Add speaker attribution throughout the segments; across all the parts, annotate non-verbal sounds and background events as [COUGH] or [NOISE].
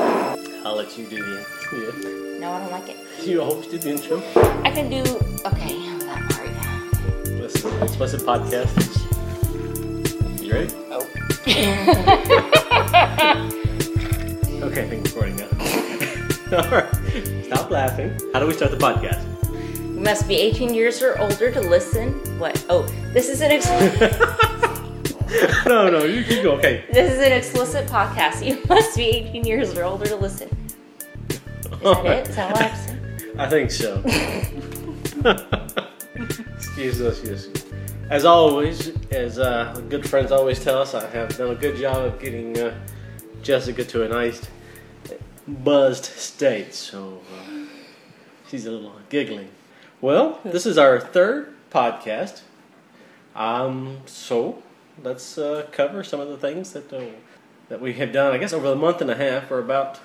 Speaker 1: I'll let you do the
Speaker 2: Yeah.
Speaker 3: No, I don't like it.
Speaker 2: You always do the intro.
Speaker 3: I can do. Okay, I'm that part.
Speaker 2: Let's explicit podcast. You ready?
Speaker 3: Oh.
Speaker 2: Okay, I think we're recording now. [LAUGHS] All right. Stop laughing. How do we start the podcast?
Speaker 3: You must be 18 years or older to listen. What? Oh, this is an ex-
Speaker 2: [LAUGHS]
Speaker 3: [LAUGHS]
Speaker 2: no, no, you keep going. Okay.
Speaker 3: this is an explicit podcast. You [LAUGHS] must be 18 years or older to listen. Is that it? Is
Speaker 2: [LAUGHS]
Speaker 3: that what I'm saying?
Speaker 2: I think so. [LAUGHS] excuse us, yes. As always, as uh, good friends always tell us, I have done a good job of getting uh, Jessica to a nice buzzed state, so uh, she's a little giggling. Well, this is our third podcast. Um, so let's uh, cover some of the things that uh, that we have done. I guess over the month and a half, we're about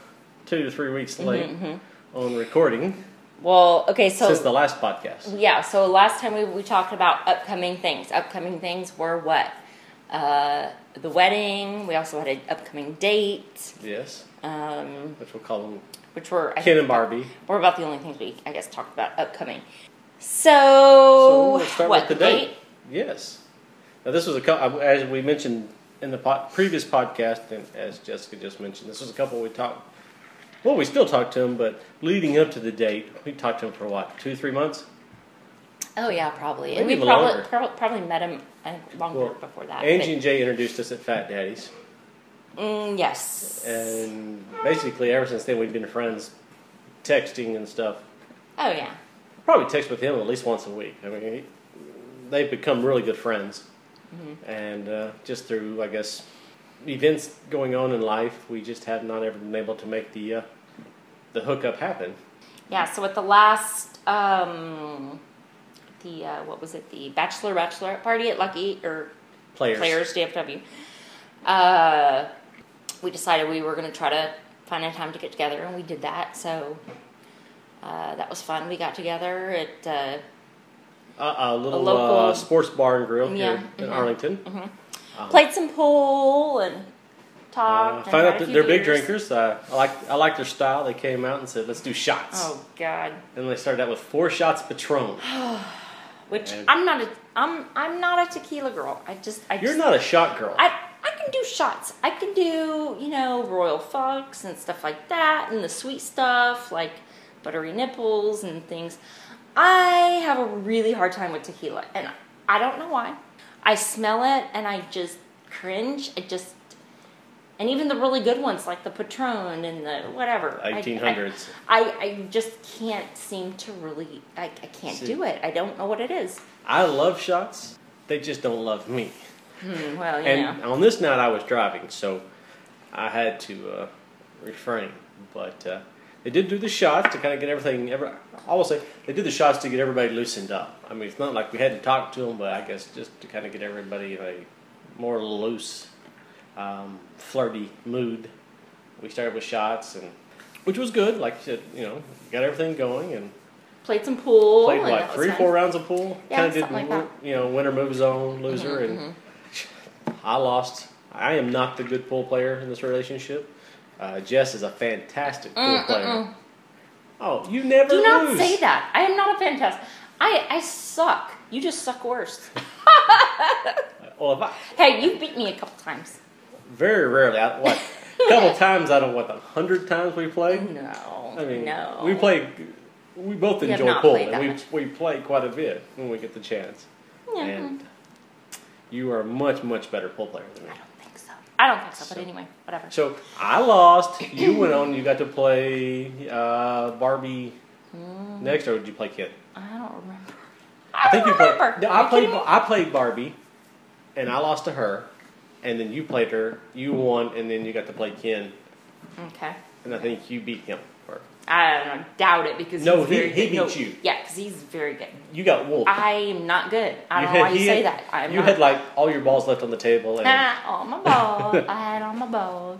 Speaker 2: two to three weeks late
Speaker 3: Mm-hmm.
Speaker 2: on recording
Speaker 3: Well, okay, so
Speaker 2: since the last podcast.
Speaker 3: yeah, so last time we, we talked about upcoming things. Upcoming things were what? Uh, the wedding. We also had an upcoming date,
Speaker 2: Yes,
Speaker 3: um,
Speaker 2: which we'll call them
Speaker 3: which were I
Speaker 2: Ken and
Speaker 3: think-
Speaker 2: Barbie.
Speaker 3: We're about the only things we, I guess, talked about upcoming. So,
Speaker 2: let's start
Speaker 3: Oh, what
Speaker 2: with the date. Yes. Now this was a couple, as we mentioned in the po- previous podcast, and as Jessica just mentioned, this was a couple we talked. Well, we still talked to him, but leading up to the date, we talked to him for what two, three months.
Speaker 3: Oh yeah, probably.
Speaker 2: Maybe
Speaker 3: And we
Speaker 2: even
Speaker 3: probably,
Speaker 2: longer.
Speaker 3: probably probably met him uh, longer
Speaker 2: Well,
Speaker 3: before that. but-
Speaker 2: Angie and Jay introduced us at Fat Daddy's,
Speaker 3: Mm, yes.
Speaker 2: and basically ever since then we've been friends, texting and stuff.
Speaker 3: oh yeah.
Speaker 2: probably text with him at least once a week. I mean, he- they've become really good friends,
Speaker 3: Mm-hmm.
Speaker 2: and uh, just through I guess events going on in life, we just have not ever been able to make the uh, the hookup happen.
Speaker 3: Yeah. So at the last, um, the uh, what was it? The bachelor bachelorette party at Lucky or
Speaker 2: Players,
Speaker 3: Players DFW. Uh, we decided we were going to try to find a time to get together, and we did that. So uh, that was fun. We got together at. Uh,
Speaker 2: Uh, a little
Speaker 3: local-
Speaker 2: uh, sports bar and grill
Speaker 3: Yeah,
Speaker 2: here in
Speaker 3: mhm.
Speaker 2: Arlington.
Speaker 3: played some pool and
Speaker 2: Uh,
Speaker 3: talked. and
Speaker 2: found
Speaker 3: had
Speaker 2: out
Speaker 3: a
Speaker 2: that
Speaker 3: few
Speaker 2: they're big
Speaker 3: beers.
Speaker 2: drinkers. Uh, I like I like their style. They came out and said, "Let's do shots,"
Speaker 3: Oh God!
Speaker 2: and they started out with four shots
Speaker 3: [GASPS]
Speaker 2: Patron.
Speaker 3: Which
Speaker 2: And-
Speaker 3: I'm not a I'm I'm not a tequila girl. I just I
Speaker 2: You're
Speaker 3: just,
Speaker 2: not a shot girl.
Speaker 3: I I can do shots. I can do you know Royal Fox and stuff like that, and the sweet stuff like buttery nipples and things. I have a really hard time with tequila, and I don't know why. I smell it and I just cringe. I just and even the really good ones like the Patron and the whatever. I- I-
Speaker 2: 1800s.
Speaker 3: I, I just can't seem to really. I, I can't
Speaker 2: See.
Speaker 3: do it. I don't know what it is.
Speaker 2: I love shots. They just don't love me.
Speaker 3: Hmm, well, you
Speaker 2: And
Speaker 3: know.
Speaker 2: on this night, I was driving, so I had to uh, refrain. But uh, they did do the shots to kind of get everything. Every, I will say they did the shots to get everybody loosened up. I mean, it's not like we had to talk to them, but I guess just to kind of get everybody in a more loose, um, flirty mood. We started with shots, and which was good. Like you said, you know, got everything going and
Speaker 3: Played some pool.
Speaker 2: played
Speaker 3: and that
Speaker 2: what
Speaker 3: was
Speaker 2: three,
Speaker 3: fun.
Speaker 2: four rounds of pool.
Speaker 3: Yeah,
Speaker 2: kind of did
Speaker 3: something like that. Mm-hmm,
Speaker 2: you know winner moves on loser, and I lost. I am not the good pool player in this relationship. Uh, Jess is a fantastic pool
Speaker 3: Mm,
Speaker 2: player. Oh, you never
Speaker 3: Do not
Speaker 2: lose.
Speaker 3: say that. I am not a fantastic. I I suck. You just suck
Speaker 2: [LAUGHS]
Speaker 3: worse.
Speaker 2: Well, if I,
Speaker 3: hey, you beat me a couple times.
Speaker 2: very rarely. I, what a couple [LAUGHS] times out of what the hundred times we played.
Speaker 3: No.
Speaker 2: I mean,
Speaker 3: no.
Speaker 2: we play. We both
Speaker 3: We have
Speaker 2: enjoy
Speaker 3: not
Speaker 2: pool,
Speaker 3: played that
Speaker 2: and
Speaker 3: much.
Speaker 2: we we play quite a bit when we get the chance.
Speaker 3: Yeah.
Speaker 2: And you are a much much better pool player than me.
Speaker 3: mm. I don't think so. I don't think so.
Speaker 2: So-
Speaker 3: But anyway, whatever.
Speaker 2: So I lost. You went on. You got to play uh, Barbie
Speaker 3: Mm.
Speaker 2: next, or did you play Ken?
Speaker 3: I don't remember.
Speaker 2: I think you played.
Speaker 3: remember.
Speaker 2: No,
Speaker 3: Are
Speaker 2: I
Speaker 3: you
Speaker 2: played.
Speaker 3: kidding me?
Speaker 2: I played Barbie, and I lost to her. And then you played her. You won, and then you got to play Ken.
Speaker 3: Okay.
Speaker 2: And I think you beat him. Or
Speaker 3: I don't know, doubt it because
Speaker 2: No,
Speaker 3: he's
Speaker 2: he-
Speaker 3: very
Speaker 2: he
Speaker 3: good. No,
Speaker 2: beat you.
Speaker 3: Yeah, because he's very good.
Speaker 2: you got wolf.
Speaker 3: I'm not good. I
Speaker 2: you
Speaker 3: don't
Speaker 2: had-
Speaker 3: know why you
Speaker 2: he
Speaker 3: say
Speaker 2: had-
Speaker 3: that. I'm
Speaker 2: you
Speaker 3: not
Speaker 2: had like all your balls left on the table, and
Speaker 3: Ah, all my balls. I had all my balls.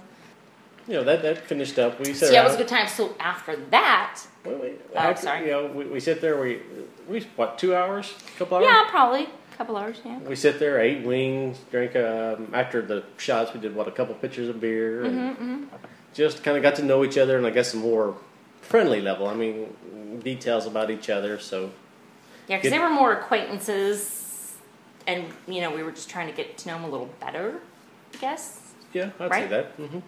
Speaker 2: you know that that finished up. We
Speaker 3: So
Speaker 2: said
Speaker 3: yeah, it was a good time. So after that,
Speaker 2: Wait, wait,
Speaker 3: Oh,
Speaker 2: how-
Speaker 3: sorry.
Speaker 2: You know, we, we sit there. We we what two hours? couple hours?
Speaker 3: yeah, probably a couple hours. Yeah.
Speaker 2: We sit there, ate wings, drank. Um, after the shots, we did what a couple pitchers of beer, and just kind of got to know each other and I guess a more friendly level. I mean, details about each other. So
Speaker 3: Yeah, because they were more acquaintances, and you know we were just trying to get to know them a little better. I guess.
Speaker 2: yeah, I'd say
Speaker 3: Right.
Speaker 2: that. hmm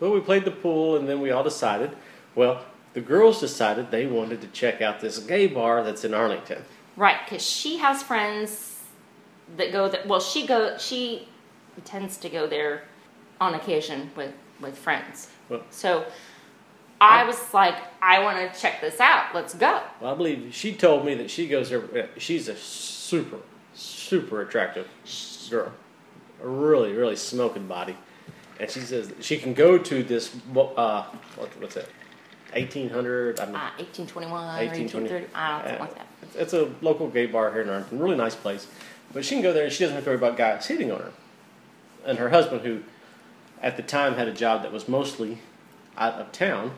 Speaker 2: Well, we played the pool and then we all decided. Well, the girls decided they wanted to check out this gay bar that's in Arlington.
Speaker 3: Right, because she has friends that go there. Well, she go she tends to go there on occasion with with friends.
Speaker 2: Well-
Speaker 3: so I was like, I want to check this out. Let's go.
Speaker 2: Well, I believe she told me that she goes there. She's a super, super attractive girl. A really, really smoking body. And she says that she can go to this, uh, what, what's that? 1800, I mean,
Speaker 3: Uh, 1821
Speaker 2: 1820.
Speaker 3: or 1830. I don't know, uh, something ah, like that.
Speaker 2: It's- It's a local gay bar here in Arlington, really nice place. But she can go there and she doesn't have to worry about guys hitting on her. And her husband, who at the time had a job that was mostly out of town,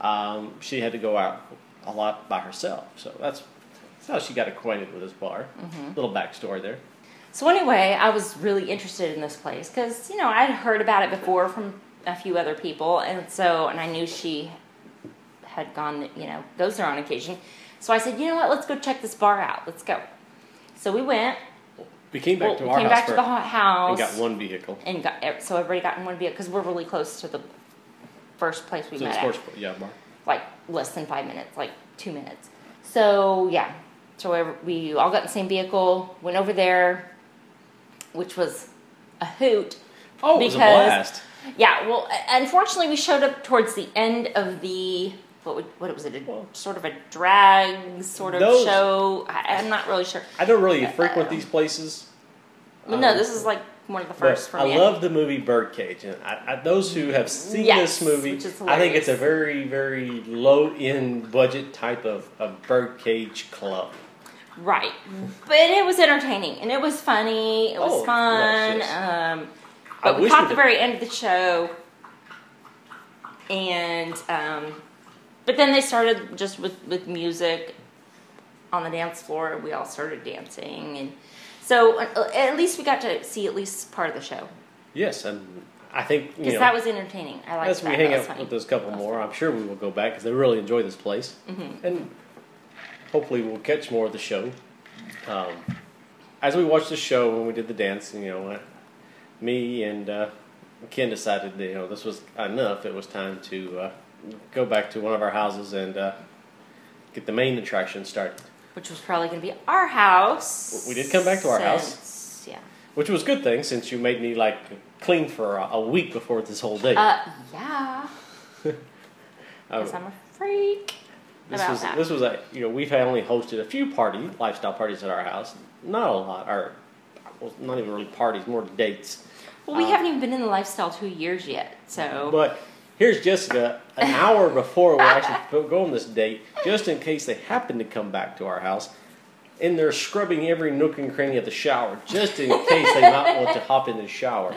Speaker 2: um, she had to go out a lot by herself. So that's, that's how she got acquainted with this bar.
Speaker 3: Mm-hmm.
Speaker 2: Little backstory there.
Speaker 3: So anyway, I was really interested in this place because you know I'd heard about it before from a few other people, and so and I knew she had gone, you know, goes there on occasion. So I said, you know what, let's go check this bar out. Let's go. So we went.
Speaker 2: We came back
Speaker 3: well,
Speaker 2: to
Speaker 3: we
Speaker 2: our
Speaker 3: came
Speaker 2: house
Speaker 3: back to
Speaker 2: first
Speaker 3: the ho- house
Speaker 2: and got one vehicle.
Speaker 3: and got ev- so everybody got in one vehicle because we're really close to the first place we
Speaker 2: So
Speaker 3: met.
Speaker 2: it's
Speaker 3: at
Speaker 2: sports, yeah, bar.
Speaker 3: like less than five minutes, like two minutes. So yeah, so ev- we all got in the same vehicle, went over there, which was a hoot.
Speaker 2: Oh, it was a
Speaker 3: Because-
Speaker 2: blast.
Speaker 3: Yeah, well, u- unfortunately, we showed up towards the end of the what? would- What was it? A,
Speaker 2: Well-
Speaker 3: sort of a drag sort of
Speaker 2: Those-
Speaker 3: show. I, I'm not really sure.
Speaker 2: I don't really frequent these places.
Speaker 3: But no,
Speaker 2: Um,
Speaker 3: this is like one of the
Speaker 2: But
Speaker 3: first for
Speaker 2: I
Speaker 3: me.
Speaker 2: love the movie Birdcage, and I, I, those who have seen
Speaker 3: Yes,
Speaker 2: this movie,
Speaker 3: which is
Speaker 2: I think it's
Speaker 3: hilarious.
Speaker 2: a very, very low end budget type of, of Birdcage club.
Speaker 3: Right. But it was entertaining and it was funny. It was
Speaker 2: Oh,
Speaker 3: fun.
Speaker 2: yes,
Speaker 3: Um,
Speaker 2: I
Speaker 3: but we
Speaker 2: wish
Speaker 3: caught the
Speaker 2: we did-
Speaker 3: very end of the show. And, um, but then they started just with, with music on the dance floor. We all started dancing. And so uh, at least we got to see at least part of the show.
Speaker 2: Yes, and I think you
Speaker 3: Because
Speaker 2: know,
Speaker 3: that was entertaining. I liked
Speaker 2: as
Speaker 3: that.
Speaker 2: we hang
Speaker 3: that was
Speaker 2: out
Speaker 3: funny.
Speaker 2: with those couple more, I'm sure we will go back because they really enjoy this place,
Speaker 3: Mm-hmm.
Speaker 2: and hopefully we'll catch more of the show. Um, as we watched the show when we did the dance, you know, uh, me and uh, Ken decided that you know this was enough. It was time to uh, go back to one of our houses and uh, get the main attraction started,
Speaker 3: Which was probably going to be our house.
Speaker 2: We did come back to our house.
Speaker 3: since- Yeah.
Speaker 2: which was a good thing since you made me like clean for a, a week before this whole day.
Speaker 3: Uh, yeah.
Speaker 2: Um,
Speaker 3: Because I'm a freak.
Speaker 2: This
Speaker 3: about
Speaker 2: was
Speaker 3: that.
Speaker 2: this was a you know we've had only hosted a few party lifestyle parties at our house, not a lot, or well, not even really parties, more dates.
Speaker 3: Well, we
Speaker 2: Um,
Speaker 3: haven't even been in the lifestyle two years yet, so
Speaker 2: But here's Jessica
Speaker 3: [LAUGHS]
Speaker 2: an hour before we actually go- go on this date, just in case they happen to come back to our house, and they're scrubbing every nook and cranny of the shower, just in case they might want to hop in the shower.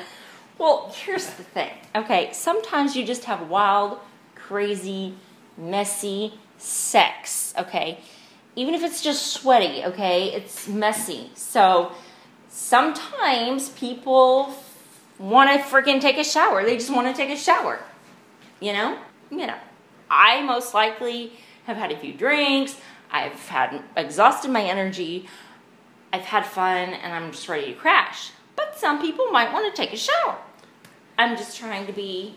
Speaker 3: well, here's the thing. Okay, sometimes you just have wild, crazy, messy sex. Okay, even if it's just sweaty. Okay, it's messy. So sometimes people want to freaking take a shower. They just want to take a shower. You know? You know. I most likely have had a few drinks. I've had exhausted my energy. I've had fun and I'm just ready to crash. But some people might want to take a shower. I'm just trying to be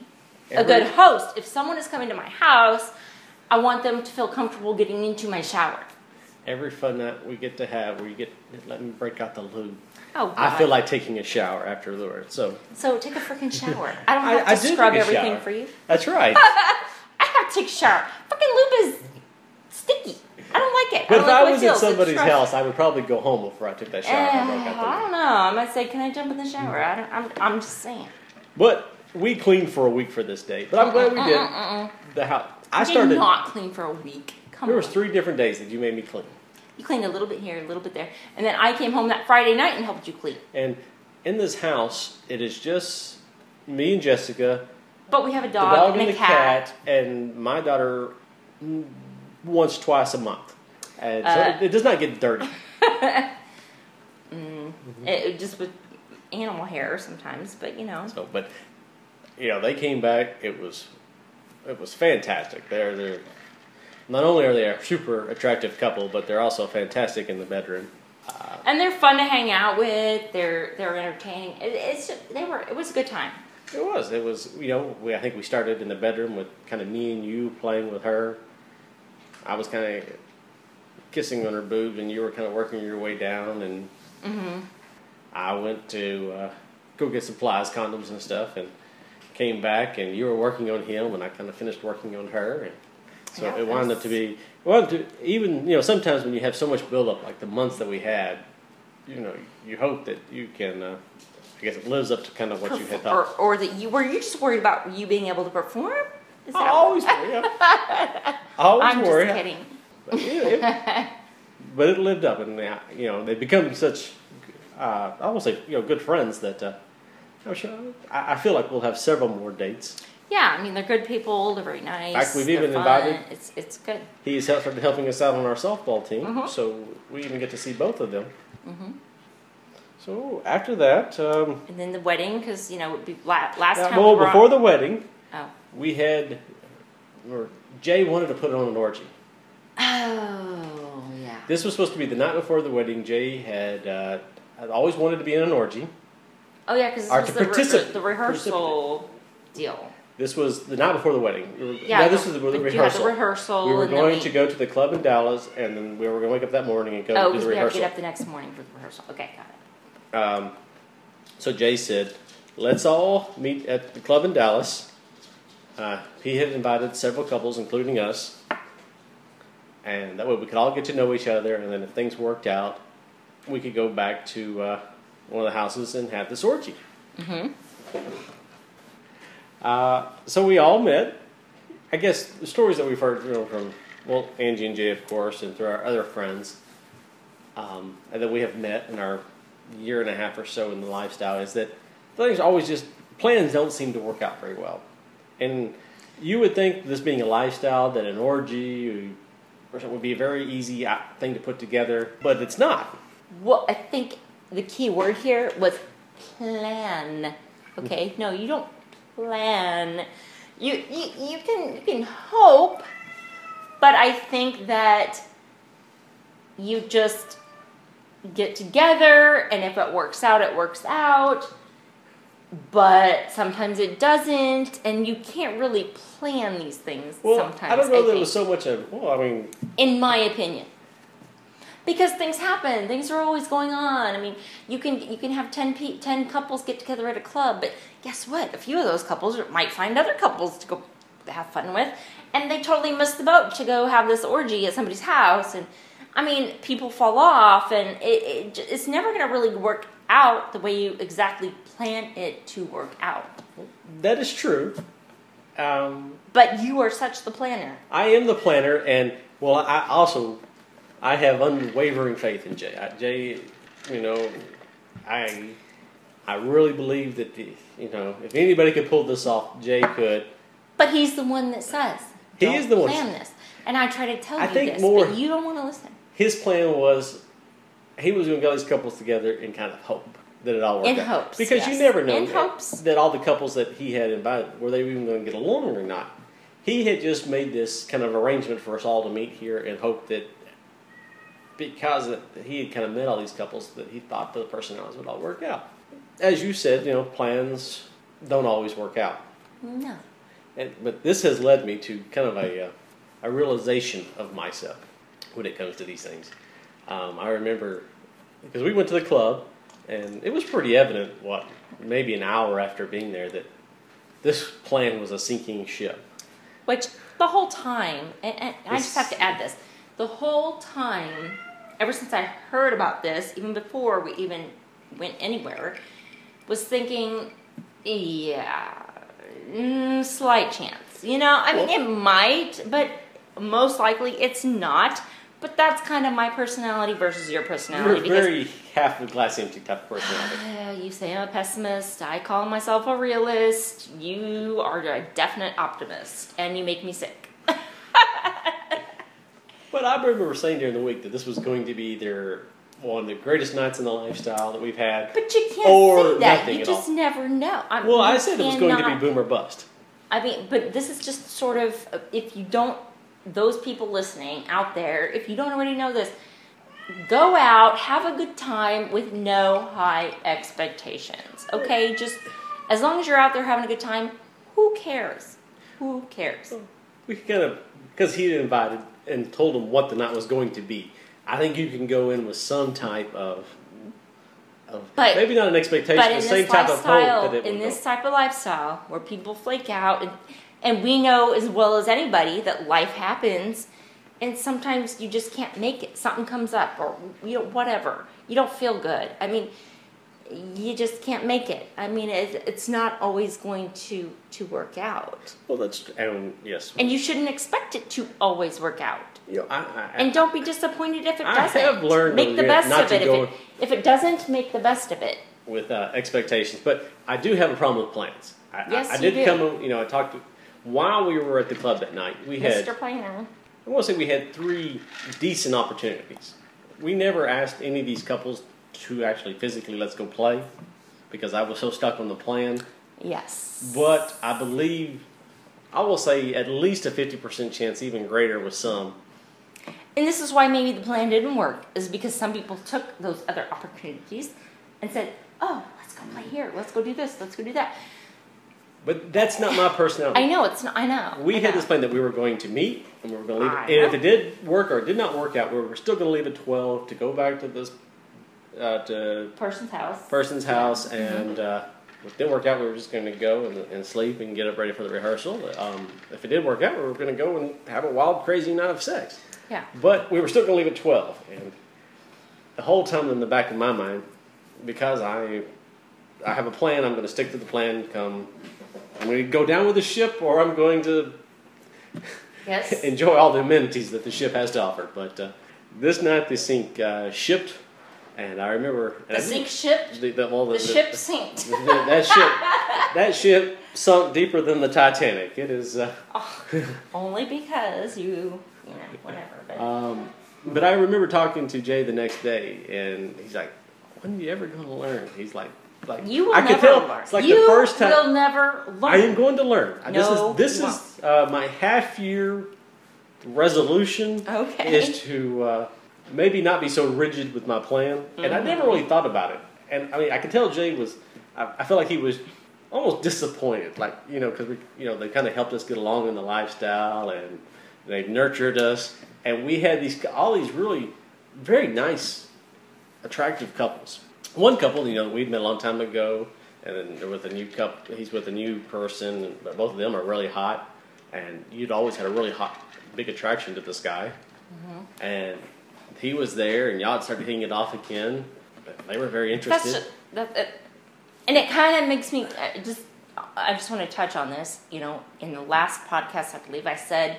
Speaker 3: a
Speaker 2: Every-
Speaker 3: good host. If someone is coming to my house, I want them to feel comfortable getting into my shower.
Speaker 2: Every fun night we get to have, where you get let me break out the lube.
Speaker 3: Oh,
Speaker 2: I
Speaker 3: God.
Speaker 2: feel like taking a shower afterward, so
Speaker 3: so take a
Speaker 2: [LAUGHS]
Speaker 3: freaking shower. I don't
Speaker 2: I-
Speaker 3: have
Speaker 2: I
Speaker 3: to
Speaker 2: did
Speaker 3: scrub
Speaker 2: take a
Speaker 3: everything
Speaker 2: shower.
Speaker 3: for you.
Speaker 2: that's right.
Speaker 3: [LAUGHS] I have to take a shower. Fucking lube is sticky. I don't like it.
Speaker 2: But
Speaker 3: I don't
Speaker 2: if
Speaker 3: like
Speaker 2: I
Speaker 3: the way it
Speaker 2: was at
Speaker 3: feels. It's
Speaker 2: somebody's
Speaker 3: gross.
Speaker 2: house, I would probably go home before I took that
Speaker 3: Eh,
Speaker 2: shower. if I broke out the
Speaker 3: I
Speaker 2: leak.
Speaker 3: don't know. I might say, can I jump in the shower? I don't, I'm, I'm just saying.
Speaker 2: But we cleaned for a week for this date. But I'm glad we did. The house. I
Speaker 3: Uh-uh, did
Speaker 2: started.
Speaker 3: not clean for a week. Come
Speaker 2: There
Speaker 3: on.
Speaker 2: was three different days that you made me clean,
Speaker 3: You cleaned a little bit here, a little bit there, and then I came home that Friday night and helped you clean.
Speaker 2: and in this house, it is just me and Jessica,
Speaker 3: But we have a
Speaker 2: the
Speaker 3: dog,
Speaker 2: dog
Speaker 3: and,
Speaker 2: and the
Speaker 3: a cat.
Speaker 2: cat, and my daughter mm, once, twice a month. And so
Speaker 3: Uh,
Speaker 2: it, it does not get dirty.
Speaker 3: eh, It, it just with animal hair sometimes, but you know.
Speaker 2: So, but you know, they came back. It was, it was fantastic. They're they're not only are they a super attractive couple, but they're also fantastic in the bedroom.
Speaker 3: and they're fun to hang out with. They're they're entertaining. It, it's just, they were it was a good time.
Speaker 2: It was. It was. You know, we, I think we started in the bedroom with kind of me and you playing with her. I was kind of kissing on her boob, and you were kind of working your way down. And I went to uh, go get supplies, condoms, and stuff, and came back, and you were working on him, and I kind of finished working on her. And so
Speaker 3: Yeah,
Speaker 2: it wound up to be. Well, to, even you know, sometimes when you have so much buildup, like the months that we had, you know, you hope that you can. Uh, I guess it lives up to kind of what you had thought.
Speaker 3: Or, or that you were you just worried about you being able to perform? Is
Speaker 2: [LAUGHS] I
Speaker 3: that-
Speaker 2: always worry. I always
Speaker 3: I'm
Speaker 2: Oh, worry. [LAUGHS]
Speaker 3: just kidding.
Speaker 2: But, it- it- [LAUGHS] but it lived up, and uh, you know they become such. Uh, I will say, you know, good friends that uh, I'm sure. I, I feel like we'll have several more dates.
Speaker 3: Yeah, I mean they're good people. They're very nice.
Speaker 2: fact, we've
Speaker 3: they're
Speaker 2: even
Speaker 3: fun.
Speaker 2: invited-
Speaker 3: It's it's good.
Speaker 2: He's helped, started helping us out on our softball team,
Speaker 3: Mhm.
Speaker 2: so we even get to see both of them. Mm-hmm.
Speaker 3: Mhm.
Speaker 2: So after that, um,
Speaker 3: And then the wedding because you know it'd be la- last
Speaker 2: yeah,
Speaker 3: time.
Speaker 2: well,
Speaker 3: we were
Speaker 2: before
Speaker 3: on,
Speaker 2: the wedding,
Speaker 3: oh
Speaker 2: we had, or Jay wanted to put on an orgy.
Speaker 3: oh yeah.
Speaker 2: This was supposed to be the night before the wedding. Jay had uh, had always wanted to be in an orgy.
Speaker 3: Oh yeah, because
Speaker 2: Or
Speaker 3: this was
Speaker 2: to
Speaker 3: the,
Speaker 2: participate-
Speaker 3: re- the rehearsal deal.
Speaker 2: This was the night before the wedding. We were-
Speaker 3: Yeah,
Speaker 2: no, this
Speaker 3: the,
Speaker 2: was the, the
Speaker 3: You had the
Speaker 2: rehearsal.
Speaker 3: rehearsal.
Speaker 2: we were
Speaker 3: and then
Speaker 2: going
Speaker 3: we,
Speaker 2: to go to the club in Dallas, and then we were going to wake up that morning and go
Speaker 3: Oh,
Speaker 2: to
Speaker 3: because
Speaker 2: the
Speaker 3: we have to
Speaker 2: rehearsal.
Speaker 3: get up the next morning for the rehearsal. Okay, got it.
Speaker 2: Um, so Jay said, "Let's all meet at the club in Dallas." Uh, he had invited several couples, including us, and that way we could all get to know each other. And then, if things worked out, we could go back to uh, one of the houses and have this orgy. Uh, so we all met. I guess the stories that we've heard you know, from well Angie and Jay, of course, and through our other friends um, and that we have met in our year and a half or so in the lifestyle is that things always just plans don't seem to work out very well, and you would think this being a lifestyle that an orgy or something would be a very easy uh, thing to put together, but it's not.
Speaker 3: Well, I think the key word here was plan. Okay,
Speaker 2: Mm.
Speaker 3: no, you don't plan. You you, you can you can hope, but I think that you just get together, and if it works out, it works out. But sometimes it doesn't, and you can't really plan these things.
Speaker 2: Well,
Speaker 3: sometimes
Speaker 2: I don't know that it
Speaker 3: think
Speaker 2: was so much of well, I mean,
Speaker 3: in my opinion because things happen things are always going on i mean you can you can have 10 pe- 10 couples get together at a club but guess what a few of those couples might find other couples to go have fun with and they totally miss the boat to go have this orgy at somebody's house and i mean people fall off and it, it j- it's never going to really work out the way you exactly plan it to work out
Speaker 2: that is true. Um,
Speaker 3: but you are such the planner
Speaker 2: I am the planner, and well, I also I have unwavering faith in Jay. I, Jay, you know, I I really believe that the, you know if anybody could pull this off, Jay could.
Speaker 3: But he's the one that says.
Speaker 2: He
Speaker 3: "Don't
Speaker 2: is the one-
Speaker 3: plan this, and I try to tell
Speaker 2: I
Speaker 3: you
Speaker 2: think
Speaker 3: this,
Speaker 2: more-
Speaker 3: but you don't want to listen.
Speaker 2: His plan was he was going to get all these couples together and kind of hope that it all worked
Speaker 3: In
Speaker 2: out.
Speaker 3: hopes,
Speaker 2: because you
Speaker 3: yes.
Speaker 2: never know
Speaker 3: In
Speaker 2: that,
Speaker 3: hopes.
Speaker 2: that all the couples that he had invited were they even going to get along or not. He had just made this kind of arrangement for us all to meet here and hope that because that he had kind of met all these couples that he thought the personalities would all work out. As you said, you know, plans don't always work out.
Speaker 3: No,
Speaker 2: And, but this has led me to kind of a, uh, a realization of myself when it comes to these things. Um, I remember because we went to the club, and it was pretty evident, what, maybe an hour after being there, that this plan was a sinking ship.
Speaker 3: which the whole time, and, and I just have
Speaker 2: This-
Speaker 3: to add this: the whole time, ever since I heard about this, even before we even went anywhere, was thinking, yeah, mm, slight chance. You know, I mean,
Speaker 2: Well-
Speaker 3: it might, but most likely it's not. But that's kind of my personality versus your
Speaker 2: You're
Speaker 3: personality
Speaker 2: a
Speaker 3: because
Speaker 2: very half a glass empty type of personality.
Speaker 3: Uh, [SIGHS] you say I'm a pessimist. I call myself a realist. You are a definite optimist, and you make me sick.
Speaker 2: But I remember saying during the week that this was going to be either one of the greatest nights in the lifestyle that we've had.
Speaker 3: But you can't
Speaker 2: Or
Speaker 3: say that.
Speaker 2: nothing
Speaker 3: You
Speaker 2: at
Speaker 3: just
Speaker 2: all.
Speaker 3: never know. I mean,
Speaker 2: Well, I
Speaker 3: you
Speaker 2: said it was going to be
Speaker 3: cannot-
Speaker 2: boom or bust.
Speaker 3: I mean, but this is just sort of if you don't, those people listening out there, if you don't already know this, go out, have a good time with no high expectations. Okay, just as long as you're out there having a good time, who cares? Who cares?
Speaker 2: We could kind of because he had invited and told him what the night was going to be. I think you can go in with some type of, of
Speaker 3: But-
Speaker 2: maybe not an expectation,
Speaker 3: But
Speaker 2: but
Speaker 3: in
Speaker 2: the
Speaker 3: this
Speaker 2: same type of hope
Speaker 3: lifestyle,
Speaker 2: that it
Speaker 3: in
Speaker 2: would
Speaker 3: this
Speaker 2: go.
Speaker 3: type of lifestyle where people flake out, and, and we know as well as anybody that life happens, and sometimes you just can't make it. Something comes up, or you know, whatever. You don't feel good. I mean, you just can't make it. I mean, it, it's not always going to to work out,
Speaker 2: Well, that's and yes,
Speaker 3: and you shouldn't expect it to always work out.
Speaker 2: you know, I, I,
Speaker 3: And don't be disappointed if it
Speaker 2: I
Speaker 3: doesn't.
Speaker 2: have learned
Speaker 3: make the
Speaker 2: to
Speaker 3: best
Speaker 2: not
Speaker 3: of
Speaker 2: to
Speaker 3: it. If,
Speaker 2: go-
Speaker 3: it. if it doesn't, make the best of it.
Speaker 2: with uh, expectations, but I do have a problem with plans. I, I-
Speaker 3: Yes,
Speaker 2: I,
Speaker 3: you
Speaker 2: did
Speaker 3: do.
Speaker 2: come. You know, I talked to, while we were at the club that night. We had
Speaker 3: Mr. Planner.
Speaker 2: I want to say we had three decent opportunities. We never asked any of these couples to actually physically let's go play because I was so stuck on the plan.
Speaker 3: Yes.
Speaker 2: But I believe, I will say at least a 50% chance, even greater with some.
Speaker 3: And this is why maybe the plan didn't work, is because some people took those other opportunities and said, oh, let's go play here, let's go do this, let's go do that.
Speaker 2: But that's not my personality.
Speaker 3: I know, it's not, I know.
Speaker 2: We
Speaker 3: I
Speaker 2: had
Speaker 3: know.
Speaker 2: this plan that we were going to meet and we were going to leave.
Speaker 3: I
Speaker 2: And if
Speaker 3: know.
Speaker 2: it did work or it did not work out, we were still going to leave at 12 to go back to this, uh, to
Speaker 3: person's house.
Speaker 2: person's house, and uh, if it didn't work out, we were just going to go and, and sleep and get up ready for the rehearsal. Um, if it did work out, we were going to go and have a wild, crazy night of sex.
Speaker 3: Yeah.
Speaker 2: But we were still going to leave at 12. And the whole time in the back of my mind, because I, I have a plan, I'm going to stick to the plan. Come, I'm going to go down with the ship, or I'm going to [LAUGHS]
Speaker 3: Yes.
Speaker 2: enjoy all the amenities that the ship has to offer. But uh, this night, the sink uh, shipped, and I remember
Speaker 3: the
Speaker 2: and I
Speaker 3: sink
Speaker 2: didn't-
Speaker 3: ship.
Speaker 2: the, the, well, the,
Speaker 3: The ship
Speaker 2: the- [LAUGHS]
Speaker 3: sinked.
Speaker 2: the- that ship, that ship sunk deeper than the Titanic. It is, uh,
Speaker 3: Oh, Only because you, you know, whatever. But
Speaker 2: um, but I remember talking to Jay the next day, and he's like, "When are you ever going to learn?" He's like, "Like
Speaker 3: you will
Speaker 2: I
Speaker 3: never
Speaker 2: could tell.
Speaker 3: learn.
Speaker 2: It's like
Speaker 3: you
Speaker 2: the first time
Speaker 3: will never learn.
Speaker 2: I am going to learn.
Speaker 3: No,
Speaker 2: this is
Speaker 3: you
Speaker 2: this is uh, my half year resolution
Speaker 3: Okay.
Speaker 2: is to uh, maybe not be so rigid with my plan. And I never
Speaker 3: Mm-hmm.
Speaker 2: really thought about it. And I mean, I could tell Jay was. I, I felt like he was almost disappointed, like you know, because we, you know, they kind of helped us get along in the lifestyle, and they've nurtured us, and we had these all these really very nice attractive couples. One couple, you know, we'd met a long time ago, and then they're with a new couple. He's with a new person, and- but both of them are really hot, and you'd always had a really hot, big attraction to this guy.
Speaker 3: Mm-hmm.
Speaker 2: And he was there, and y'all had started hitting it off again. But they were very
Speaker 3: That's
Speaker 2: interested.
Speaker 3: ju- that, that, and it kind of makes me I just. I just want to touch on this. You know, in the last podcast, I believe I said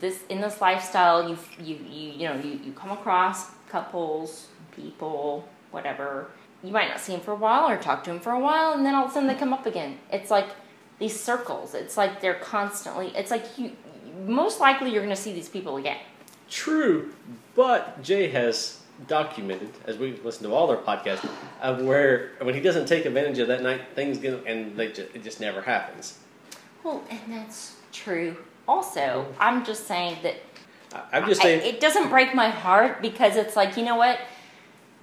Speaker 3: this in this lifestyle, you you you you know you, you come across couples, people, whatever. You might not see them for a while or talk to them for a while, and then all of a sudden they come up again. It's like these circles. It's like they're constantly. It's like you. Most likely, you're going to see these people again.
Speaker 2: True, but Jay has documented, as we listen to all their podcasts, of where when he doesn't take advantage of that night, things get and they just, it just never happens.
Speaker 3: Well, and that's true. Also, I'm just saying that
Speaker 2: I, I'm just
Speaker 3: I-
Speaker 2: saying.
Speaker 3: it doesn't break my heart because it's like you know what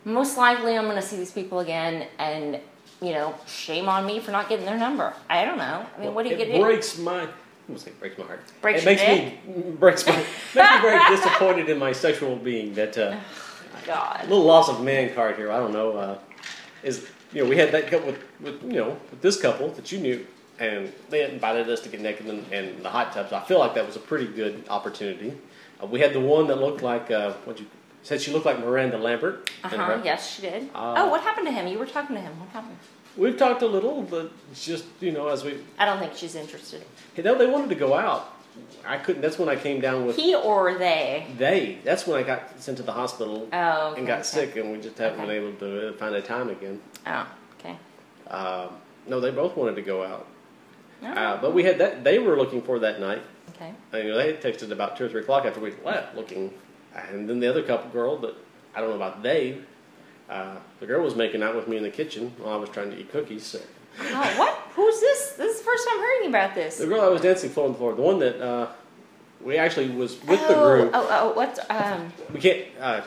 Speaker 3: most likely i'm going to see these people again and you know shame on me for not getting their number i don't know i mean what do you
Speaker 2: it
Speaker 3: get to do?
Speaker 2: breaks my. I almost say breaks my heart.
Speaker 3: Breaks
Speaker 2: it
Speaker 3: your
Speaker 2: makes me [LAUGHS] breaks my makes me
Speaker 3: [LAUGHS]
Speaker 2: very disappointed in my sexual being. That uh,
Speaker 3: Oh god
Speaker 2: little loss of man card here. I don't know. Uh, is you know we had that couple with, with you know with this couple that you knew, and they had invited us to get naked in, in the hot tubs. I feel like that was a pretty good opportunity. Uh, we had the one that looked like uh, what you said she looked like Miranda Lambert. in
Speaker 3: uh-huh
Speaker 2: her-
Speaker 3: yes she did
Speaker 2: Uh,
Speaker 3: oh what happened to him you were talking to him what happened
Speaker 2: We've talked a little, but just you know as we
Speaker 3: i don't think she's interested
Speaker 2: you know, they wanted to go out. I couldn't. That's when I came down with.
Speaker 3: he or they
Speaker 2: They. That's when I got sent to the hospital
Speaker 3: oh okay,
Speaker 2: and got
Speaker 3: okay.
Speaker 2: sick, and we just haven't
Speaker 3: Okay.
Speaker 2: been able to uh, find a time again.
Speaker 3: oh okay
Speaker 2: Um, no, they both wanted to go out,
Speaker 3: no.
Speaker 2: uh, but we had that. They were looking for that night.
Speaker 3: Oh, okay
Speaker 2: I mean, they had texted about two or three o'clock after we left, looking, and then the other couple girl, but I don't know about they. Uh, the girl was making out with me in the kitchen while I was trying to eat cookies. So.
Speaker 3: Oh, what? Who's this? This is the first time I'm hearing about this.
Speaker 2: The girl I was dancing for on the floor, the one that uh, we actually was with
Speaker 3: oh,
Speaker 2: the group.
Speaker 3: Oh, oh, what's um?
Speaker 2: We can't. Uh,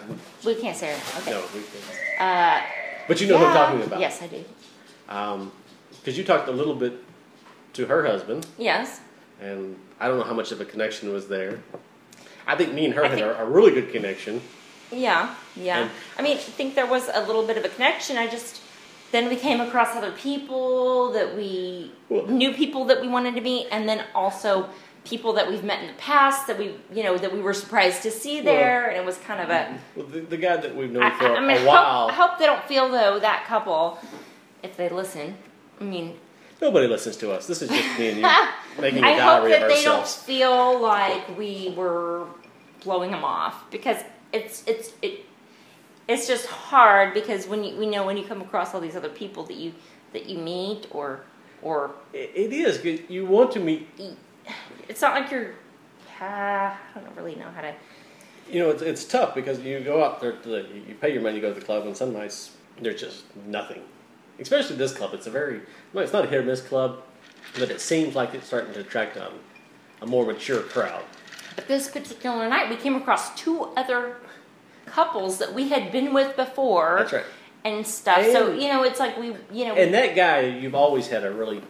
Speaker 3: We can't say her. Okay.
Speaker 2: no, we can't.
Speaker 3: Uh,
Speaker 2: But you know who I'm
Speaker 3: yeah.
Speaker 2: talking about.
Speaker 3: Yes, I do.
Speaker 2: Because Um, you talked a little bit to her husband,
Speaker 3: Yes.
Speaker 2: and I don't know how much of a connection was there. I think me and her
Speaker 3: I
Speaker 2: had
Speaker 3: think-
Speaker 2: a, a really good connection.
Speaker 3: Yeah. Yeah.
Speaker 2: And-
Speaker 3: I mean, I think there was a little bit of a connection. I just then we came across other people that we
Speaker 2: Well-
Speaker 3: new people that we wanted to meet, and then also people that we've met in the past that we you know that we were surprised to see there, and it was kind of a
Speaker 2: Well, the, the guy that we've known
Speaker 3: I,
Speaker 2: for
Speaker 3: I- I mean, I
Speaker 2: a while.
Speaker 3: Hope, I hope they don't feel though that couple, if they listen. I mean,
Speaker 2: Nobody listens to us. This is just me and
Speaker 3: [LAUGHS]
Speaker 2: you making a
Speaker 3: I hope
Speaker 2: diary
Speaker 3: that
Speaker 2: of
Speaker 3: they don't
Speaker 2: ourselves.
Speaker 3: feel like we were blowing them off because it's it's it it's just hard because when you we know when you come across all these other people that you that you meet or or
Speaker 2: It- it is. You- You want to meet.
Speaker 3: it's not like you're uh, I don't really know how to
Speaker 2: You know, it's, it's tough because you go out there, to the, you you pay your money, you go to the club, and some nights there's just nothing. Especially this club. It's a very, well, it's not a hit or miss club, but it seems like it's starting to attract a, a more mature crowd.
Speaker 3: But this particular night, we came across two other couples that we had been with before.
Speaker 2: That's right.
Speaker 3: And stuff. so,
Speaker 2: And-
Speaker 3: you know, it's like we, you know,
Speaker 2: And that guy, you've always had a really,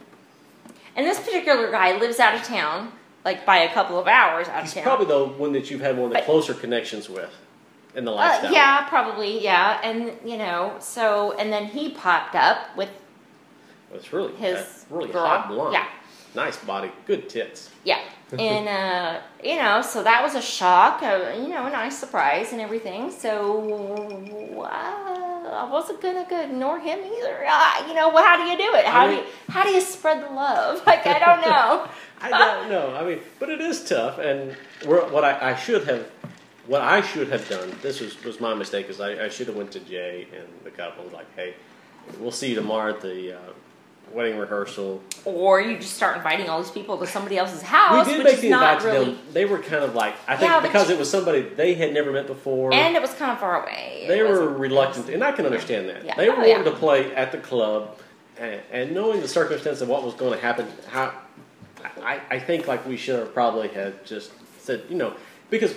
Speaker 3: and this particular guy lives out of town, like by a couple of hours out of
Speaker 2: he's
Speaker 3: town.
Speaker 2: probably the one that you've had one of the
Speaker 3: But-
Speaker 2: closer connections with in the
Speaker 3: uh,
Speaker 2: lifestyle.
Speaker 3: yeah, probably, yeah. And, you know, so, and then he popped up with
Speaker 2: It's really,
Speaker 3: his
Speaker 2: a really
Speaker 3: girl.
Speaker 2: hot blonde.
Speaker 3: Yeah.
Speaker 2: Nice body, good tits. [LAUGHS]
Speaker 3: Yeah. And, uh, you know, so that was a shock, uh, you know, a nice surprise and everything. So, uh, I wasn't going to ignore him either. Uh, you know, well, how do you do it? How do you, how do you spread the love? [LAUGHS] Like, [LAUGHS] I don't know.
Speaker 2: [LAUGHS] I don't know. I mean, but it is tough, and we're, what I, I should have, what I should have done. This was, was my mistake. Is I, I should have went to Jay and the couple was like, hey, we'll see you tomorrow at the uh, wedding rehearsal.
Speaker 3: [LAUGHS] Or you just start inviting all these people to somebody else's house,
Speaker 2: we did
Speaker 3: which
Speaker 2: make
Speaker 3: is
Speaker 2: the invite
Speaker 3: not
Speaker 2: to
Speaker 3: really.
Speaker 2: them. They were kind of like, I think
Speaker 3: Yeah, but
Speaker 2: because
Speaker 3: you-
Speaker 2: it was somebody they had never met before.
Speaker 3: And it was kind of far away. It
Speaker 2: they were
Speaker 3: wasn't-
Speaker 2: reluctant, and I can understand that.
Speaker 3: Yeah.
Speaker 2: They
Speaker 3: Oh,
Speaker 2: wanted
Speaker 3: yeah.
Speaker 2: to play at the club, and, and knowing the circumstance of what was going to happen, how I, I think like we should have probably had just said, you know, because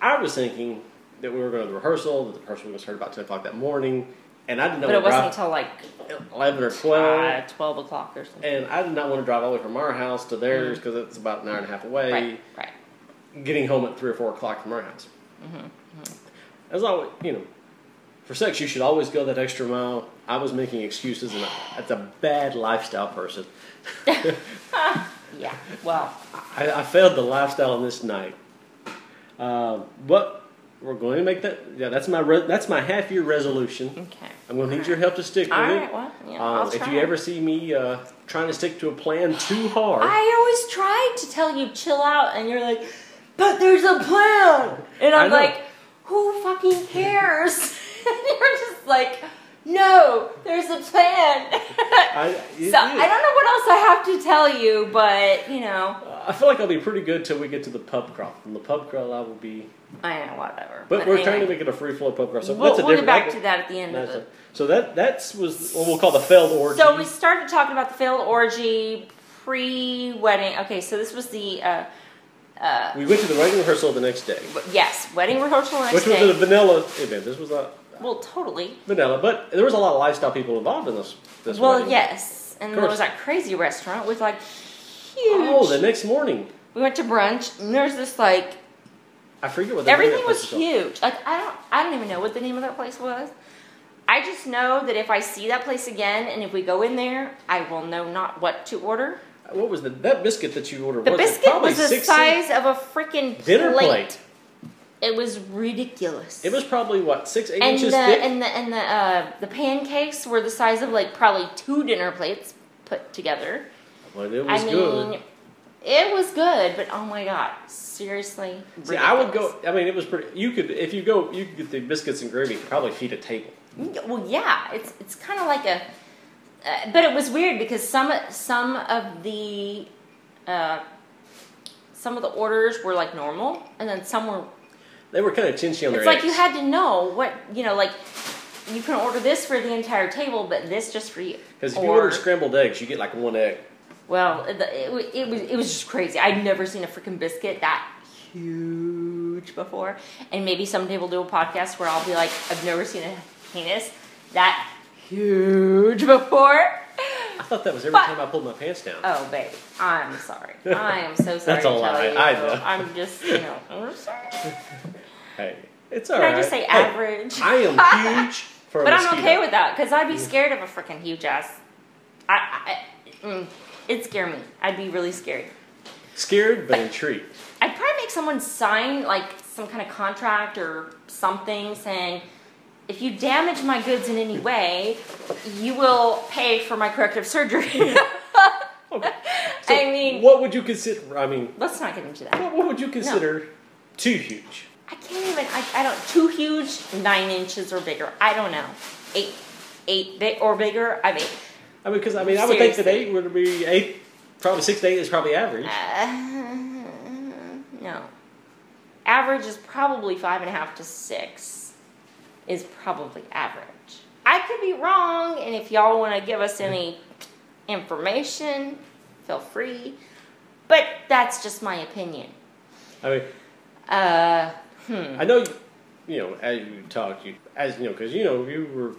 Speaker 2: I was thinking that we were going to the rehearsal, that the rehearsal was heard about ten o'clock that morning, and I didn't know
Speaker 3: But it wasn't
Speaker 2: drive
Speaker 3: until like
Speaker 2: eleven or twelve,
Speaker 3: uh, 12 o'clock or something.
Speaker 2: and I did not want to drive all the way from our house to theirs because it's about an hour and a half away
Speaker 3: Mm. Right, right.
Speaker 2: getting home at three or four o'clock from our house.
Speaker 3: Mm-hmm.
Speaker 2: As always, you know, for sex, you should always go that extra mile. I was making excuses, and I, that's a bad lifestyle person.
Speaker 3: Yeah. Well,
Speaker 2: I, I failed the lifestyle on this night. Uh, but we're going to make that. Yeah, that's my re- that's my half year resolution.
Speaker 3: okay.
Speaker 2: I'm going to need your help to stick with
Speaker 3: All
Speaker 2: it.
Speaker 3: right, well, yeah,
Speaker 2: Uh,
Speaker 3: I'll
Speaker 2: if
Speaker 3: try.
Speaker 2: you ever see me uh, trying to stick to a plan too hard,
Speaker 3: I always try to tell you chill out, and you're like, but there's a plan, and
Speaker 2: I
Speaker 3: I'm
Speaker 2: know.
Speaker 3: like, who fucking cares? [LAUGHS] and you're just like, no, there's a plan. [LAUGHS]
Speaker 2: I, it
Speaker 3: so
Speaker 2: is.
Speaker 3: I don't know what else I have to tell you, but you know,
Speaker 2: I feel like I'll be pretty good till we get to the pub crawl. From the pub crawl, I will be
Speaker 3: I know whatever.
Speaker 2: But we're trying to
Speaker 3: anyway.
Speaker 2: make it a free flow pub crawl. So
Speaker 3: We'll,
Speaker 2: that's a
Speaker 3: we'll get
Speaker 2: different.
Speaker 3: back to that at the end of
Speaker 2: that's
Speaker 3: it.
Speaker 2: a- so that that's was what we'll call the failed orgy.
Speaker 3: So we started talking about the failed orgy pre-wedding. Okay, so this was the uh, uh,
Speaker 2: We went to the wedding rehearsal the next day,
Speaker 3: yes wedding rehearsal the next
Speaker 2: which was
Speaker 3: day.
Speaker 2: a vanilla event. This was a
Speaker 3: well, totally.
Speaker 2: vanilla, but there was a lot of lifestyle people involved in this. this
Speaker 3: Well,
Speaker 2: wedding.
Speaker 3: yes, and there
Speaker 2: course.
Speaker 3: was that crazy restaurant with like huge.
Speaker 2: Oh, the next morning,
Speaker 3: we went to brunch, and there's this like
Speaker 2: I forget what the name of
Speaker 3: everything
Speaker 2: that
Speaker 3: was
Speaker 2: place is called.
Speaker 3: huge. Like I don't, I don't even know what the name of that place was. I just know that if I see that place again, and if we go in there, I will know not what to order.
Speaker 2: What was the that biscuit that you ordered?
Speaker 3: The
Speaker 2: was it
Speaker 3: biscuit
Speaker 2: probably
Speaker 3: was the
Speaker 2: 60
Speaker 3: size of a freaking
Speaker 2: dinner plate.
Speaker 3: It was ridiculous.
Speaker 2: It was probably what six eight
Speaker 3: and
Speaker 2: inches
Speaker 3: the,
Speaker 2: thick.
Speaker 3: and the and the uh, the pancakes were the size of like probably two dinner plates put together.
Speaker 2: but it
Speaker 3: I
Speaker 2: was
Speaker 3: mean,
Speaker 2: good.
Speaker 3: it was good, but oh my god, seriously.
Speaker 2: See, I would go.
Speaker 3: ridiculous.
Speaker 2: I mean, it was pretty. You could, if you go, you could get the biscuits and gravy. You could probably feed a table.
Speaker 3: Well, yeah, it's it's kind of like a, uh, but it was weird because some some of the, uh, some of the orders were like normal, and then some were.
Speaker 2: They were kind of chintzy on
Speaker 3: It's
Speaker 2: their
Speaker 3: like
Speaker 2: eggs.
Speaker 3: you had to know what you know, like you can order this for the entire table, but this just for you.
Speaker 2: Because if you
Speaker 3: Or-
Speaker 2: order scrambled eggs, you get like one egg.
Speaker 3: Well, it, it, wa- it was it was just crazy. I'd never seen a freaking biscuit that huge before, and maybe someday we'll do a podcast where I'll be like, I've never seen a penis that huge before.
Speaker 2: I thought that was every
Speaker 3: But-
Speaker 2: time I pulled my pants down.
Speaker 3: Oh, babe, I'm
Speaker 2: [LAUGHS]
Speaker 3: sorry. I am so sorry.
Speaker 2: That's
Speaker 3: to
Speaker 2: a lie.
Speaker 3: Tell you.
Speaker 2: I know.
Speaker 3: I'm just you know. I'm sorry. Can
Speaker 2: hey, it's all
Speaker 3: I just say
Speaker 2: right. Hey,
Speaker 3: average? [LAUGHS]
Speaker 2: I am huge for a
Speaker 3: But
Speaker 2: mosquito.
Speaker 3: I'm okay with that because I'd be scared of a freaking huge ass. I, I, I mm, it'd scare me. I'd be really scared.
Speaker 2: Scared but intrigued.
Speaker 3: I'd probably make someone sign like some kind of contract or something saying, if you damage my goods in any way, you will pay for my corrective
Speaker 2: [LAUGHS]
Speaker 3: surgery.
Speaker 2: Okay.
Speaker 3: [LAUGHS] I mean-
Speaker 2: what would you consider? I mean,
Speaker 3: Let's not get into that.
Speaker 2: what, what would you consider too huge?
Speaker 3: I can't even. I, I don't. Too huge, nine inches or bigger. I don't know. Eight, eight big or bigger. I mean,
Speaker 2: I mean, because I mean, I would think that
Speaker 3: Seriously.
Speaker 2: eight would be eight, probably six to eight is probably average.
Speaker 3: uh, [LAUGHS] no. Average is probably five and a half to six. Is probably average. I could be wrong, and if y'all want to give us any information, feel free. But that's just my opinion.
Speaker 2: I mean,
Speaker 3: Uh, hmm.
Speaker 2: I know, you, you know, as you talked, you as you know, because you know you were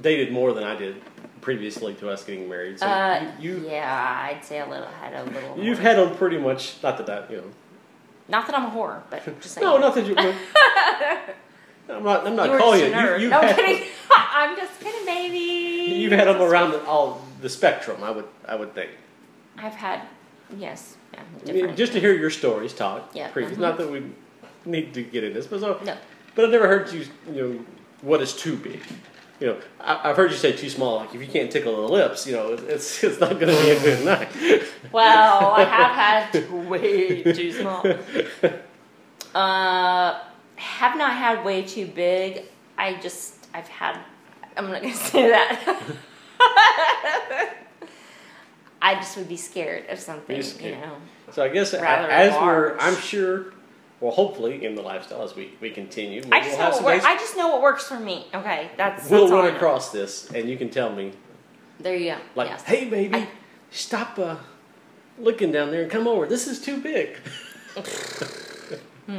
Speaker 2: dated more than I did previously to us getting married. So
Speaker 3: Uh,
Speaker 2: you, you
Speaker 3: yeah, I'd say a little. Had a little.
Speaker 2: you've
Speaker 3: more.
Speaker 2: had on pretty much not that that you know.
Speaker 3: Not that I'm a whore,
Speaker 2: [LAUGHS]
Speaker 3: but just saying.
Speaker 2: No, not that
Speaker 3: [LAUGHS]
Speaker 2: you. no. I'm not. I'm
Speaker 3: You
Speaker 2: not
Speaker 3: were
Speaker 2: calling
Speaker 3: just a
Speaker 2: you.
Speaker 3: nerd.
Speaker 2: you you've
Speaker 3: no, I'm
Speaker 2: had,
Speaker 3: kidding. [LAUGHS] I'm just kidding, baby.
Speaker 2: [LAUGHS] You've had them around all the spectrum. I would. I would think.
Speaker 3: I've had, yes, yeah,
Speaker 2: I
Speaker 3: different.
Speaker 2: mean, just to hear your stories talk.
Speaker 3: Yeah,
Speaker 2: previous-
Speaker 3: mhm.
Speaker 2: Not that we need to get in this, but so.
Speaker 3: No.
Speaker 2: But I've never heard you. You know, what is too big? You know, I, I've heard you say too small. Like if you can't tickle the lips, you know, it's it's not going to be a good night.
Speaker 3: Well, I have had
Speaker 2: [LAUGHS]
Speaker 3: way too small. Uh, have not had way too big. I just, I've had, I'm not gonna [LAUGHS] say that. [LAUGHS] I just would be scared of something,
Speaker 2: You're
Speaker 3: you
Speaker 2: scared.
Speaker 3: know.
Speaker 2: So I guess a-
Speaker 3: Rather
Speaker 2: as we're,
Speaker 3: large.
Speaker 2: I'm sure, well, hopefully in the lifestyle as we we continue,
Speaker 3: I just
Speaker 2: we'll
Speaker 3: know
Speaker 2: have
Speaker 3: what
Speaker 2: some
Speaker 3: works. I
Speaker 2: days-
Speaker 3: just know what works for me. Okay, that's
Speaker 2: We'll
Speaker 3: that's all I
Speaker 2: run
Speaker 3: know.
Speaker 2: across this, and you can tell me
Speaker 3: There you go.
Speaker 2: Like,
Speaker 3: yes.
Speaker 2: hey, baby,
Speaker 3: I-
Speaker 2: stop uh, looking down there and come over. This is too big. [LAUGHS]
Speaker 3: I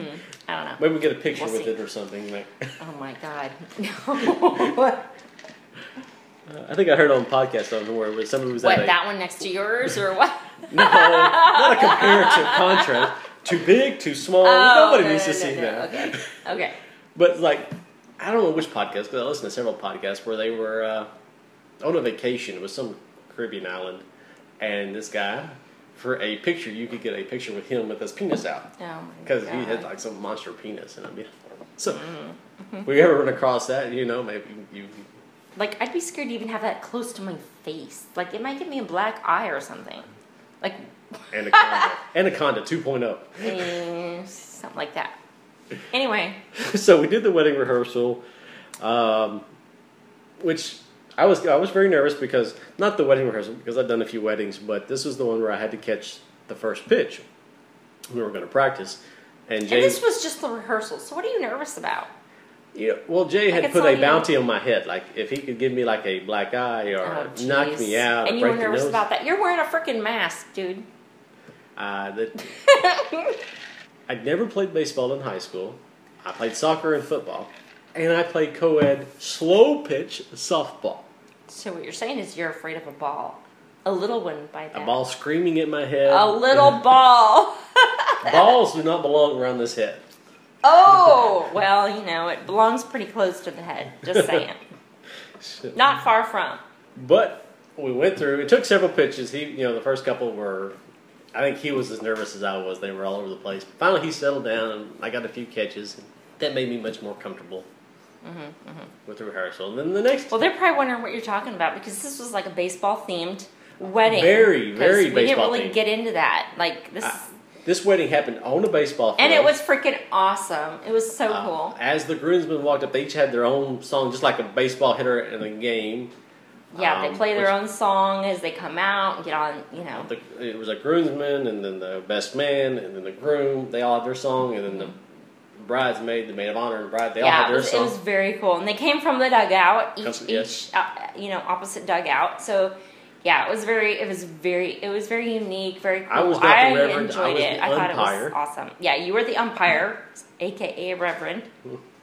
Speaker 3: don't know.
Speaker 2: Maybe we get a picture
Speaker 3: We'll
Speaker 2: with
Speaker 3: see.
Speaker 2: it or something. Like, uh,
Speaker 3: Oh my god. [LAUGHS] No.
Speaker 2: I think I heard on a podcast somewhere where somebody was
Speaker 3: what,
Speaker 2: at a,
Speaker 3: that one next to yours or what?
Speaker 2: no, not
Speaker 3: [LAUGHS]
Speaker 2: a comparative contrast. Too big, too small.
Speaker 3: Oh,
Speaker 2: Nobody
Speaker 3: no,
Speaker 2: needs
Speaker 3: no,
Speaker 2: to
Speaker 3: no,
Speaker 2: see
Speaker 3: no.
Speaker 2: that.
Speaker 3: Okay.
Speaker 2: [LAUGHS]
Speaker 3: Okay.
Speaker 2: But like, I don't know which podcast because I listened to several podcasts where they were uh, on a vacation. It was some Caribbean island, and this guy, for a picture, you could get a picture with him with his penis out.
Speaker 3: Oh my
Speaker 2: Because he
Speaker 3: God.
Speaker 2: had like some monster penis, and I mean, [LAUGHS] so we ever run across that, you know, maybe you.
Speaker 3: Like, I'd be scared to even have that close to my face. Like, it might give me a black eye or something. Like, [LAUGHS]
Speaker 2: Anaconda, Anaconda oh. 2.0.
Speaker 3: eh, something like that. Anyway,
Speaker 2: [LAUGHS] So we did the wedding rehearsal, um, which I was I was very nervous because not the wedding rehearsal because I'd done a few weddings, but this was the one where I had to catch the first pitch. We were going to practice, and
Speaker 3: and
Speaker 2: Jay,
Speaker 3: this was just the rehearsal, so what are you nervous about?
Speaker 2: you know, well, Jay had
Speaker 3: it's
Speaker 2: put
Speaker 3: all
Speaker 2: a
Speaker 3: you.
Speaker 2: bounty on my head, like if he could give me like a black eye or
Speaker 3: Oh,
Speaker 2: Uh, knock
Speaker 3: jeez.
Speaker 2: me out,
Speaker 3: And
Speaker 2: or
Speaker 3: you were
Speaker 2: break the
Speaker 3: nervous
Speaker 2: nose.
Speaker 3: about that. You're wearing a freaking mask, dude.
Speaker 2: [LAUGHS] Uh, that
Speaker 3: [LAUGHS]
Speaker 2: I'd never played baseball in high school. I played soccer and football, and I played co-ed slow pitch softball.
Speaker 3: so, what you're saying is you're afraid of a ball. A little one by that.
Speaker 2: A ball screaming at my head.
Speaker 3: A
Speaker 2: [LAUGHS]
Speaker 3: little ball. [LAUGHS]
Speaker 2: Balls do not belong around this head.
Speaker 3: Oh, [LAUGHS] well, you know, it belongs pretty close to the head. Just
Speaker 2: [LAUGHS]
Speaker 3: saying. Not far from.
Speaker 2: But we went through. It took several pitches. He, you know, the first couple were. I think he was as nervous as I was. They were all over the place. Finally, he settled down. and I got a few catches. And that made me much more comfortable with the rehearsal. And then the next
Speaker 3: Mm-hmm, Well, they're probably wondering what you're talking about because this was like a baseball themed wedding.
Speaker 2: Very,
Speaker 3: 'Cause
Speaker 2: very
Speaker 3: We didn't
Speaker 2: baseball
Speaker 3: really
Speaker 2: themed. Ah,
Speaker 3: get into that. Like this,
Speaker 2: I- this wedding happened on a baseball field.
Speaker 3: and it was freaking awesome. It was so
Speaker 2: Uh,
Speaker 3: cool.
Speaker 2: As the groomsmen walked up, they each had their own song, just like a baseball hitter in a game.
Speaker 3: Yeah,
Speaker 2: um,
Speaker 3: they play
Speaker 2: which-
Speaker 3: their own song as they come out and get on. You know,
Speaker 2: The, it was a groomsman, and then the best man, and then the groom. They all had their song, and then the bridesmaid, the maid of honor, and bride. They all
Speaker 3: yeah,
Speaker 2: had
Speaker 3: it
Speaker 2: their
Speaker 3: was, it
Speaker 2: song.
Speaker 3: was very cool, and they came from the dugout, each
Speaker 2: Couple- yes.
Speaker 3: each uh, you know opposite dugout. So yeah, it was very it was very it was very unique, very cool.
Speaker 2: I was not the reverend, I
Speaker 3: enjoyed
Speaker 2: was
Speaker 3: it.
Speaker 2: the
Speaker 3: I thought it was
Speaker 2: umpire.
Speaker 3: awesome. Yeah, you were the umpire, aka reverend.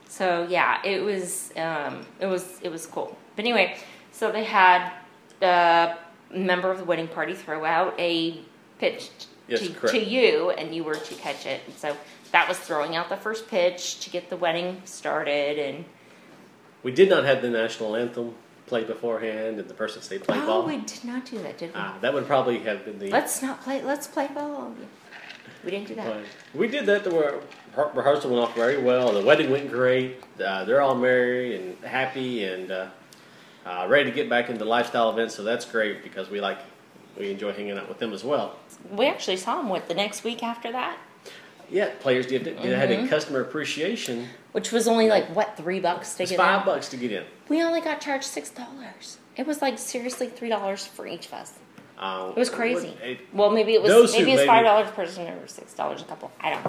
Speaker 3: So yeah, it was um, it was it was cool. But anyway, so they had a member of the wedding party throw out a pitch t-
Speaker 2: Yes,
Speaker 3: to,
Speaker 2: correct.
Speaker 3: to you, and you were to catch it. And so that was throwing out the first pitch to get the wedding started. And
Speaker 2: we did not have the national anthem played beforehand, and the person say play
Speaker 3: oh,
Speaker 2: ball.
Speaker 3: we did not do that, did we?
Speaker 2: Ah, that would probably have been the.
Speaker 3: let's not play. Let's play ball. We didn't do that.
Speaker 2: But we did that. The re- rehearsal went off very well. The wedding went great. Uh, they're all married and happy and uh, uh, ready to get back into lifestyle events. So that's great because we like we enjoy hanging out with them as well.
Speaker 3: We actually saw him what the next week after that,
Speaker 2: Yeah, players did. They had
Speaker 3: Mm-hmm.
Speaker 2: a customer appreciation.
Speaker 3: which was only like what three bucks to
Speaker 2: It's
Speaker 3: get
Speaker 2: five
Speaker 3: in?
Speaker 2: bucks to get in.
Speaker 3: We only got charged six dollars. It was like seriously three dollars for each of us.
Speaker 2: Um,
Speaker 3: It was crazy.
Speaker 2: what- it-
Speaker 3: well, maybe it was
Speaker 2: Those who
Speaker 3: maybe it's
Speaker 2: maybe-
Speaker 3: five dollars per person or six dollars a couple. I don't.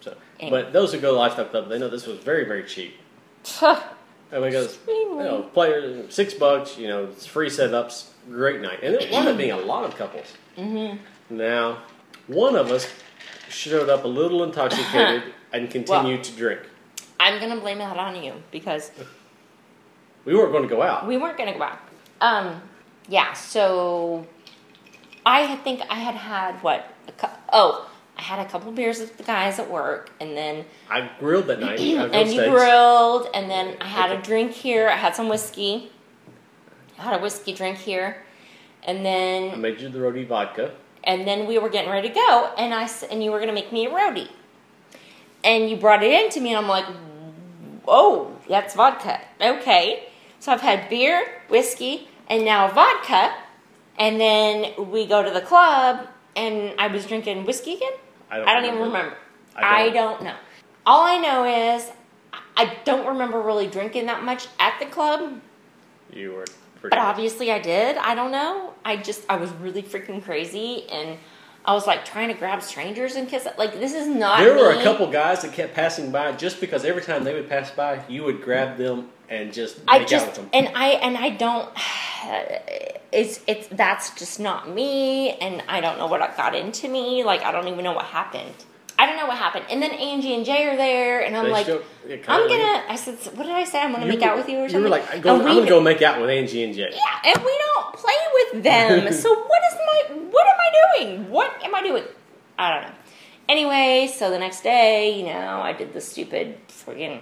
Speaker 2: so,
Speaker 3: Anyway.
Speaker 2: but those who go to Lifestyle Club, they know this was very very cheap.
Speaker 3: know. [SIGHS]
Speaker 2: And we goes, you
Speaker 3: Extremely.
Speaker 2: know, player six bucks. You know, it's free setups. Great night, and it wound up being a lot of couples. Mm-hmm. Now, one of us showed up a little intoxicated
Speaker 3: [LAUGHS]
Speaker 2: and continued to drink.
Speaker 3: I'm gonna blame that on you because
Speaker 2: We weren't going to go out.
Speaker 3: we weren't gonna go out. Um, yeah. So I had- think I had had what? A cou- oh, I had a couple beers with the guys at work, and then
Speaker 2: I grilled
Speaker 3: [CLEARS THROAT]
Speaker 2: that night. I grilled
Speaker 3: and you
Speaker 2: steaks.
Speaker 3: grilled, and then I had a
Speaker 2: Okay.
Speaker 3: drink here. I had some whiskey. I had a whiskey drink here, and then
Speaker 2: I made you the roadie vodka.
Speaker 3: and then we were getting ready to go, and I s- and you were gonna make me a roadie, and you brought it in to me, and I'm like, oh, that's vodka, okay. So I've had beer, whiskey, and now vodka, and then we go to the club, and I was drinking whiskey again.
Speaker 2: I don't
Speaker 3: even remember.
Speaker 2: remember.
Speaker 3: I
Speaker 2: I
Speaker 3: don't. know. All I know is I don't remember really drinking that much at the club,
Speaker 2: You were pretty.
Speaker 3: but obviously I did. I don't know. I just I was really freaking crazy and I was like trying to grab strangers and kiss like this is not
Speaker 2: There were a
Speaker 3: me.
Speaker 2: couple guys that kept passing by just because every time they would pass by, you would grab them and just make
Speaker 3: I
Speaker 2: out with
Speaker 3: just
Speaker 2: them.
Speaker 3: and I and I don't [SIGHS] it's it's that's just not me and I don't know what got into me. Like I don't even know what happened. I don't know what happened. And then Angie and Jay are there and I'm
Speaker 2: They
Speaker 3: like
Speaker 2: show- yeah, kinda
Speaker 3: I'm
Speaker 2: like-
Speaker 3: gonna I said what did I say? I'm gonna make out with you or something.
Speaker 2: were like, I'm going,
Speaker 3: And
Speaker 2: I'm
Speaker 3: we-
Speaker 2: going to go make out with Angie and Jay.
Speaker 3: Yeah, and we don't play with
Speaker 2: [LAUGHS]
Speaker 3: them. so what is my what am I doing? What am I doing? I don't know. Anyway, so the next day, you know, I did the stupid friggin'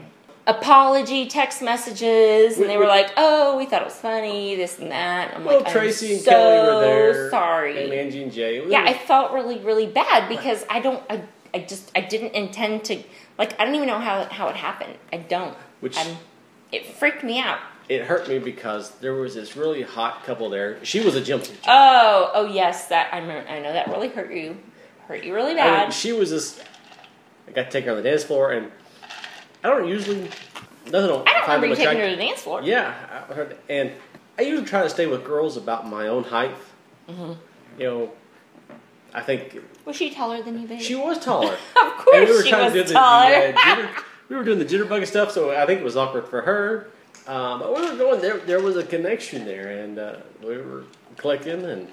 Speaker 3: apology text messages, and they were like, "Oh, we thought it was funny, this and that." And I'm
Speaker 2: Well,
Speaker 3: like, I'm
Speaker 2: Tracy and
Speaker 3: so
Speaker 2: Kelly were there.
Speaker 3: Sorry.
Speaker 2: And Angie and Jay. It was-
Speaker 3: yeah, I felt really, really bad because I don't, I, I just, I didn't intend to. Like, I don't even know how how it happened. I don't.
Speaker 2: Which-
Speaker 3: I'm- it freaked me out.
Speaker 2: it hurt me because there was this really hot couple there. She was a gym teacher.
Speaker 3: Oh, oh yes, that I remember, I know that really hurt you, hurt you really
Speaker 2: I
Speaker 3: bad.
Speaker 2: mean, she was this. I got to take her on the dance floor, and I don't usually. Nothing on
Speaker 3: I don't remember you taking her to the dance floor.
Speaker 2: Yeah, I heard, and I usually try to stay with girls about my own height.
Speaker 3: Mm-hmm.
Speaker 2: You know, I think
Speaker 3: Was she taller than you, babe?
Speaker 2: she was
Speaker 3: [LAUGHS]
Speaker 2: taller.
Speaker 3: of
Speaker 2: And
Speaker 3: course,
Speaker 2: we were
Speaker 3: she
Speaker 2: trying
Speaker 3: was
Speaker 2: to do the, the,
Speaker 3: taller. [LAUGHS]
Speaker 2: uh, jitter, we were doing the jitterbug stuff, so I think it was awkward for her. Um, but we were going there. There was a connection there, and uh, we were clicking, and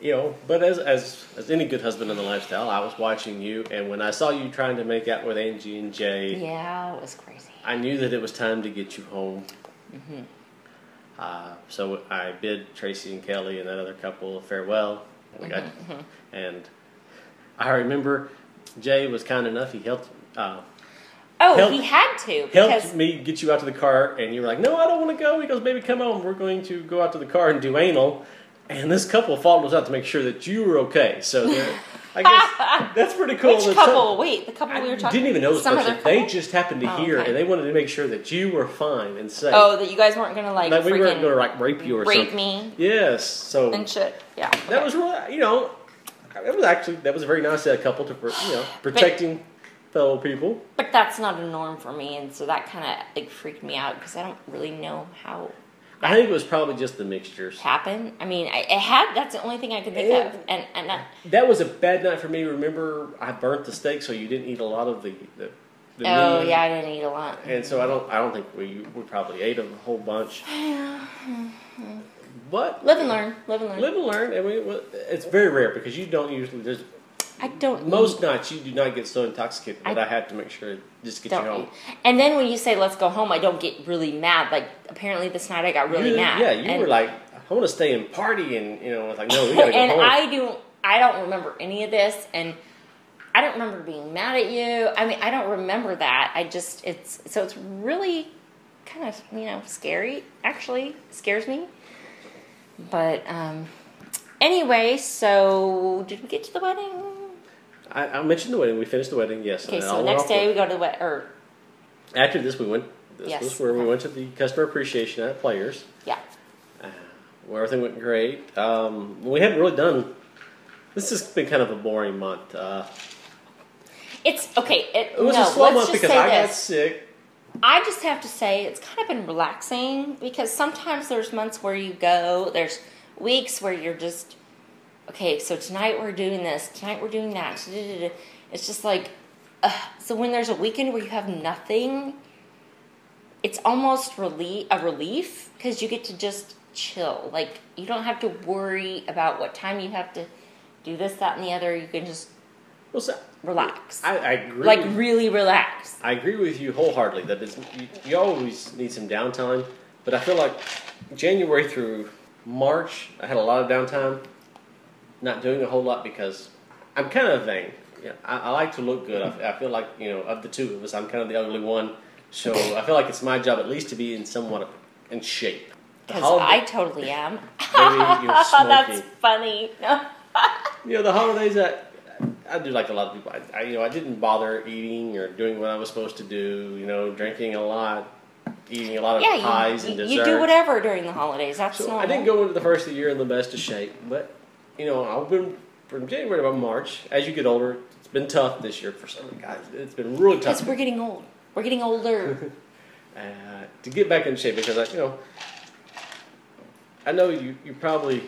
Speaker 2: you know. But as as as any good husband in the lifestyle, I was watching you, and when I saw you trying to make out with Angie and Jay,
Speaker 3: yeah, it was crazy.
Speaker 2: I knew that it was time to get you home.
Speaker 3: Mm-hmm.
Speaker 2: Uh, so I bid Tracy and Kelly and that other couple farewell. And, we got,
Speaker 3: Mm-hmm,
Speaker 2: and I remember Jay was kind enough. He helped uh,
Speaker 3: Oh,
Speaker 2: Help-
Speaker 3: he had to
Speaker 2: helped
Speaker 3: because
Speaker 2: me get you out to the car, and you were like, "No, I don't want to go." He goes, "Baby, come on. We're going to go out to the car and do anal." And this couple followed us out to make sure that you were okay. So they're- I
Speaker 3: [LAUGHS]
Speaker 2: guess that's pretty cool.
Speaker 3: which
Speaker 2: that some-
Speaker 3: couple? Wait, the couple
Speaker 2: I
Speaker 3: we were talking.
Speaker 2: didn't even know this
Speaker 3: some
Speaker 2: person.
Speaker 3: other couple.
Speaker 2: They just happened to
Speaker 3: Oh,
Speaker 2: hear,
Speaker 3: okay.
Speaker 2: and they wanted to make sure that you were fine and safe.
Speaker 3: oh, that you guys weren't gonna like
Speaker 2: like we weren't
Speaker 3: freaking
Speaker 2: going to like rape you or
Speaker 3: rape
Speaker 2: something.
Speaker 3: me
Speaker 2: Yes, so
Speaker 3: and shit. Yeah,
Speaker 2: that was really, you know, it was actually that was very nice of that couple to, you know, protecting fellow people.
Speaker 3: but that's not a norm for me, and so that kind of like freaked me out because I don't really know how
Speaker 2: I think it was probably just the mixtures.
Speaker 3: happened. I mean, I, it had. That's the only thing I could think
Speaker 2: It-
Speaker 3: of, and and. I,
Speaker 2: That was a bad night for me. Remember, I burnt the steak, so you didn't eat a lot of the the, the
Speaker 3: oh
Speaker 2: meat.
Speaker 3: yeah, I didn't eat a lot.
Speaker 2: And so I don't I don't think we we probably ate a
Speaker 3: [SIGHS]
Speaker 2: whole bunch, but
Speaker 3: Live and learn. Live and learn.
Speaker 2: live and learn. And we we- it's very rare because you don't usually there's
Speaker 3: I don't
Speaker 2: most nights you do not get so intoxicated that
Speaker 3: I-
Speaker 2: I, have to make sure to just
Speaker 3: eat,
Speaker 2: get you
Speaker 3: don't
Speaker 2: home.
Speaker 3: eat. And then when you say let's go home, I don't get really mad. Like apparently this night I got really
Speaker 2: You-
Speaker 3: mad.
Speaker 2: Yeah, you
Speaker 3: and,
Speaker 2: were like, I want to stay and party, and you know, it's like no,
Speaker 3: [LAUGHS]
Speaker 2: we gotta go
Speaker 3: and
Speaker 2: home.
Speaker 3: I do. I don't remember any of this, and I don't remember being mad at you. I mean, I don't remember that. I just it's so it's really kind of you know scary. Actually, scares me. But um, anyway, so did we get to the wedding?
Speaker 2: I, I mentioned the wedding. We finished the wedding. Yes.
Speaker 3: Okay,
Speaker 2: and it
Speaker 3: so
Speaker 2: all
Speaker 3: the
Speaker 2: went
Speaker 3: next
Speaker 2: Uh, off
Speaker 3: day we go to the wedding. Or
Speaker 2: well. after this, we went. This
Speaker 3: Yes.
Speaker 2: was where we went to the customer appreciation at Players,
Speaker 3: yeah,
Speaker 2: uh, where everything went great. Um, we hadn't really done. This has been kind of a boring month. Uh,
Speaker 3: it's okay. It,
Speaker 2: it was
Speaker 3: no,
Speaker 2: a slow
Speaker 3: let's
Speaker 2: month
Speaker 3: just
Speaker 2: because
Speaker 3: say
Speaker 2: I
Speaker 3: this.
Speaker 2: got sick.
Speaker 3: I just have to say it's kind of been relaxing because sometimes there's months where you go, there's weeks where you're just okay, so tonight we're doing this, tonight we're doing that. da-da-da-da. It's just like ugh. so when there's a weekend where you have nothing, it's almost relief a relief because you get to just chill. Like you don't have to worry about what time you have to do this, that, and the other. You can just
Speaker 2: Well, so-
Speaker 3: relax,
Speaker 2: I, I agree.
Speaker 3: like
Speaker 2: with-
Speaker 3: really relax.
Speaker 2: I agree with you wholeheartedly that it's, you, you always need some downtime, but I feel like January through March, I had a lot of downtime, not doing a whole lot because I'm kind of vain. Yeah, I, I like to look good. I, I feel like, you know, of the two of us, I'm kind of the ugly one, so I feel like it's my job at least to be in somewhat in shape. The
Speaker 3: Because I
Speaker 2: holiday-
Speaker 3: totally am.
Speaker 2: [LAUGHS] Maybe you're
Speaker 3: [LAUGHS]
Speaker 2: smoking.
Speaker 3: That's funny. [LAUGHS] No.
Speaker 2: you know the holidays I, I do like a lot of people I, I you know i didn't bother eating or doing what i was supposed to do you know drinking a lot eating a lot of
Speaker 3: Yeah, you,
Speaker 2: pies and
Speaker 3: you-
Speaker 2: desserts
Speaker 3: you do whatever during the holidays. That's
Speaker 2: so
Speaker 3: normal.
Speaker 2: i didn't go into the first of the year in the best of shape but you know i've been from january to about march as you get older it's been tough this year for some guys it's been really
Speaker 3: because
Speaker 2: tough
Speaker 3: we're getting old. We're getting
Speaker 2: [LAUGHS]
Speaker 3: older.
Speaker 2: uh, to get back in shape because I, you know, I know you, you probably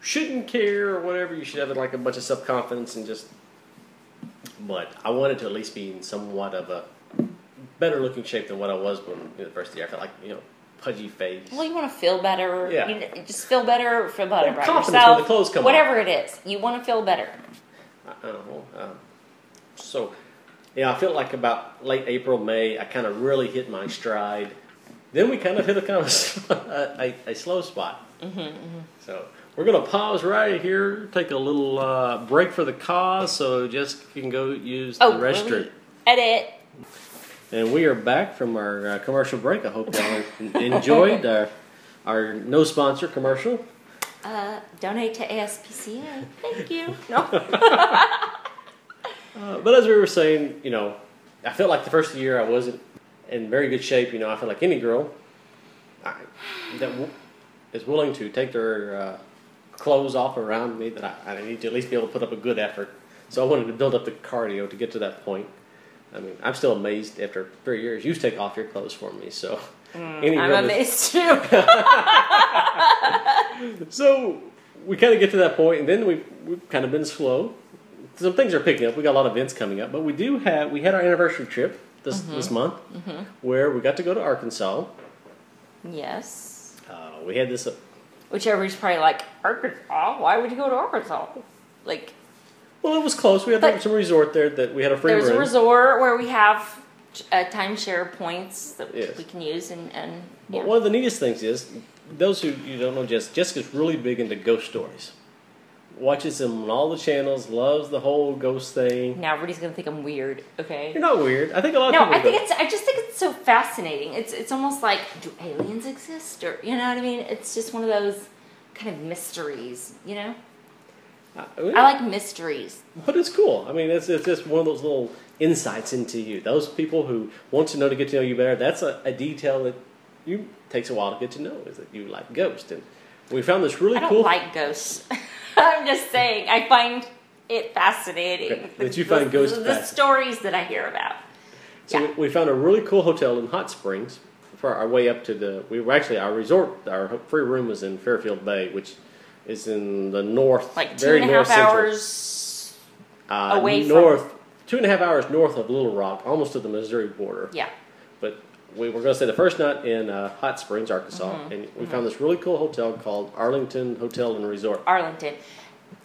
Speaker 2: shouldn't care or whatever. You should have like a bunch of self confidence and just. But I wanted to at least be in somewhat of a better looking shape than what I was when you know, the first year. I felt like you know pudgy face.
Speaker 3: well, you want to feel better.
Speaker 2: Yeah.
Speaker 3: You you just feel better. Feel better
Speaker 2: Well,
Speaker 3: about
Speaker 2: confidence
Speaker 3: yourself.
Speaker 2: when the clothes come
Speaker 3: whatever it is, you want to feel better.
Speaker 2: I I don't know. Um, so, yeah, I feel like about late April, May, I kind of really hit my stride. Then we kind of hit a kind of [LAUGHS] a, a, a slow spot. So we're gonna pause right here, take a little uh, break for the cause, so Jessica can go use
Speaker 3: Oh,
Speaker 2: the
Speaker 3: really?
Speaker 2: restroom.
Speaker 3: Edit.
Speaker 2: And we are back from our uh, commercial break. I hope y'all [LAUGHS] en- enjoyed our, our no sponsor commercial.
Speaker 3: Uh, donate to ASPCA.
Speaker 2: [LAUGHS]
Speaker 3: Thank you. No.
Speaker 2: Uh, but as we were saying, you know, I felt like the first year I wasn't in very good shape. You know, I feel like any girl I, that w- is willing to take their uh, clothes off around me, that I, I need to at least be able to put up a good effort. So I wanted to build up the cardio to get to that point. I mean, I'm still amazed after three years. You take off your clothes for me, so any
Speaker 3: Mm, I'm
Speaker 2: girl that's-
Speaker 3: amazed too. [LAUGHS]
Speaker 2: So we kind of get to that point, and then we we've kind of been slow. Some things are picking up. We got a lot of events coming up, but we do have we had our anniversary trip this
Speaker 3: Mm-hmm.
Speaker 2: this month, where we got to go to Arkansas.
Speaker 3: yes.
Speaker 2: Uh, we had this. Uh,
Speaker 3: Which everybody's probably like Arkansas. Why would you go to Arkansas? Like
Speaker 2: well, it was close. We had
Speaker 3: But-
Speaker 2: some resort there that we had a free
Speaker 3: There's a
Speaker 2: room.
Speaker 3: resort where we have uh, timeshare points that
Speaker 2: Yes.
Speaker 3: we can use, and, and yeah.
Speaker 2: But one of the neatest things is those who you don't know Jess. Jessica's really big into ghost stories. Watches them on all the channels. Loves the whole ghost thing.
Speaker 3: now everybody's gonna think I'm weird.
Speaker 2: You're
Speaker 3: Okay.
Speaker 2: not weird. I think a lot of
Speaker 3: Mm-hmm. No,
Speaker 2: people.
Speaker 3: I
Speaker 2: do.
Speaker 3: think it's. I just think it's so fascinating. It's it's almost like do aliens exist, or you know what I mean? It's just one of those kind of mysteries. You know,
Speaker 2: I mean,
Speaker 3: I like mysteries.
Speaker 2: But it's cool. I mean, it's, it's just one of those little insights into you. Those people who want to know to get to know you better, that's a, a detail that you takes a while to get to know, is that you like ghosts. And we found this really
Speaker 3: I don't
Speaker 2: cool
Speaker 3: like ghosts. [LAUGHS] I'm just saying. I find it fascinating.
Speaker 2: Okay, that you find ghosts
Speaker 3: The, the
Speaker 2: fascinating.
Speaker 3: stories that I hear about.
Speaker 2: So
Speaker 3: Yeah.
Speaker 2: we, we found a really cool hotel in Hot Springs for our way up to the. We were actually our resort. Our free room was in Fairfield Bay, which is in the north,
Speaker 3: Like two
Speaker 2: very
Speaker 3: and a half
Speaker 2: north central,
Speaker 3: hours
Speaker 2: uh,
Speaker 3: away from-
Speaker 2: north two and a half hours north of Little Rock, almost to the Missouri border.
Speaker 3: Yeah.
Speaker 2: But we were going to stay the first night in uh, Hot Springs, Arkansas,
Speaker 3: Mm-hmm.
Speaker 2: and we found this really cool hotel called Arlington Hotel and Resort.
Speaker 3: Arlington.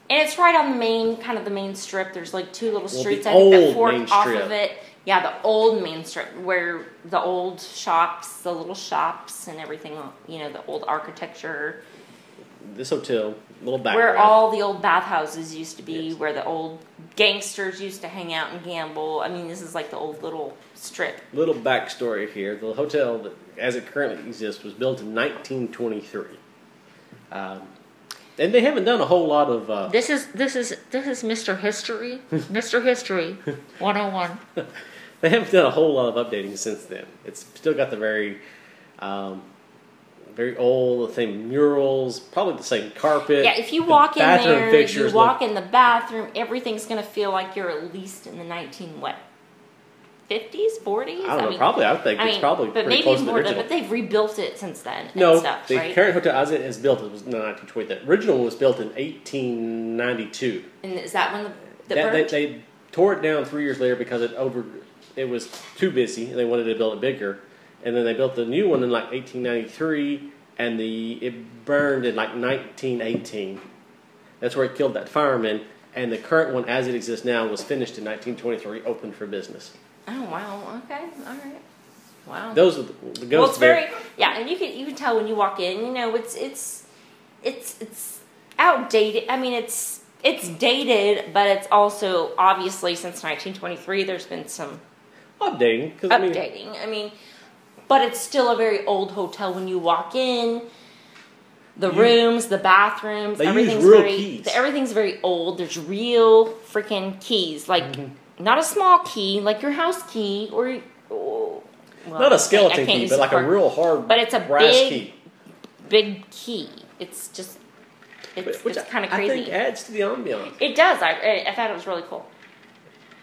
Speaker 3: And it's right on the main, kind of the main strip. There's like two little
Speaker 2: Well,
Speaker 3: streets.
Speaker 2: the
Speaker 3: I think
Speaker 2: old
Speaker 3: that fork
Speaker 2: main
Speaker 3: off
Speaker 2: strip.
Speaker 3: of it. Yeah, the old main strip where the old shops, the little shops, and everything. You know, the old architecture.
Speaker 2: This hotel, little background.
Speaker 3: Where all the old bathhouses used to be,
Speaker 2: Yes.
Speaker 3: where the old gangsters used to hang out and gamble. I mean, this is like the old little strip.
Speaker 2: Little backstory here: the hotel, that, as it currently exists, was built in 1923, um, and they haven't done a whole lot of. Uh,
Speaker 1: This is this is this is Mr. History,
Speaker 2: [LAUGHS]
Speaker 1: Mr. History, 101.
Speaker 2: they haven't done a whole lot of updating since then. It's still got the very, um, very old, the same murals, probably the same carpet.
Speaker 3: Yeah, if you
Speaker 2: The
Speaker 3: walk in
Speaker 2: bathroom
Speaker 3: there, you
Speaker 2: fixtures
Speaker 3: walk
Speaker 2: look-
Speaker 3: in the bathroom, everything's gonna feel like you're at least in the nineteen what, fifties, forties.
Speaker 2: I don't know. probably, I would think
Speaker 3: I
Speaker 2: it's
Speaker 3: mean,
Speaker 2: probably
Speaker 3: but
Speaker 2: pretty
Speaker 3: maybe
Speaker 2: close to the
Speaker 3: more.
Speaker 2: original.
Speaker 3: but they've rebuilt it since then.
Speaker 2: no,
Speaker 3: and stuff,
Speaker 2: the
Speaker 3: right?
Speaker 2: current hotel as it is built it was in 1920. The original was built in 1892.
Speaker 3: and is that when the, the
Speaker 2: That- they,
Speaker 3: bird-
Speaker 2: they tore it down three years later because it over it was too busy and they wanted to build it bigger and then they built the new one in like 1893 and the it burned in like 1918 that's where it killed that fireman and the current one as it exists now was finished in 1923 opened for business
Speaker 3: Oh wow. Okay. All right. Wow.
Speaker 2: those are the, the ghosts
Speaker 3: well, it's
Speaker 2: there.
Speaker 3: very yeah, and you can you can tell when you walk in. You know, it's it's it's it's outdated. I mean, it's it's dated, but it's also obviously since 1923. There's been some
Speaker 2: updating 'cause, I mean,
Speaker 3: updating. I mean, but it's still a very old hotel when you walk in. The
Speaker 2: You-
Speaker 3: rooms, the bathrooms,
Speaker 2: They use
Speaker 3: everything's
Speaker 2: real
Speaker 3: very
Speaker 2: keys.
Speaker 3: everything's very old. There's real freaking keys, like
Speaker 2: Mm-hmm.
Speaker 3: not a small key, like your house key or oh, well, I
Speaker 2: not
Speaker 3: can't- I
Speaker 2: a skeleton
Speaker 3: can't
Speaker 2: key
Speaker 3: use
Speaker 2: but
Speaker 3: the
Speaker 2: like a
Speaker 3: word.
Speaker 2: real hard
Speaker 3: But it's a
Speaker 2: brass
Speaker 3: big-
Speaker 2: key
Speaker 3: big key. It's just it's,
Speaker 2: which
Speaker 3: it's kind of
Speaker 2: I- I
Speaker 3: crazy.
Speaker 2: think adds to the ambiance
Speaker 3: it does. I- I I thought it was really cool.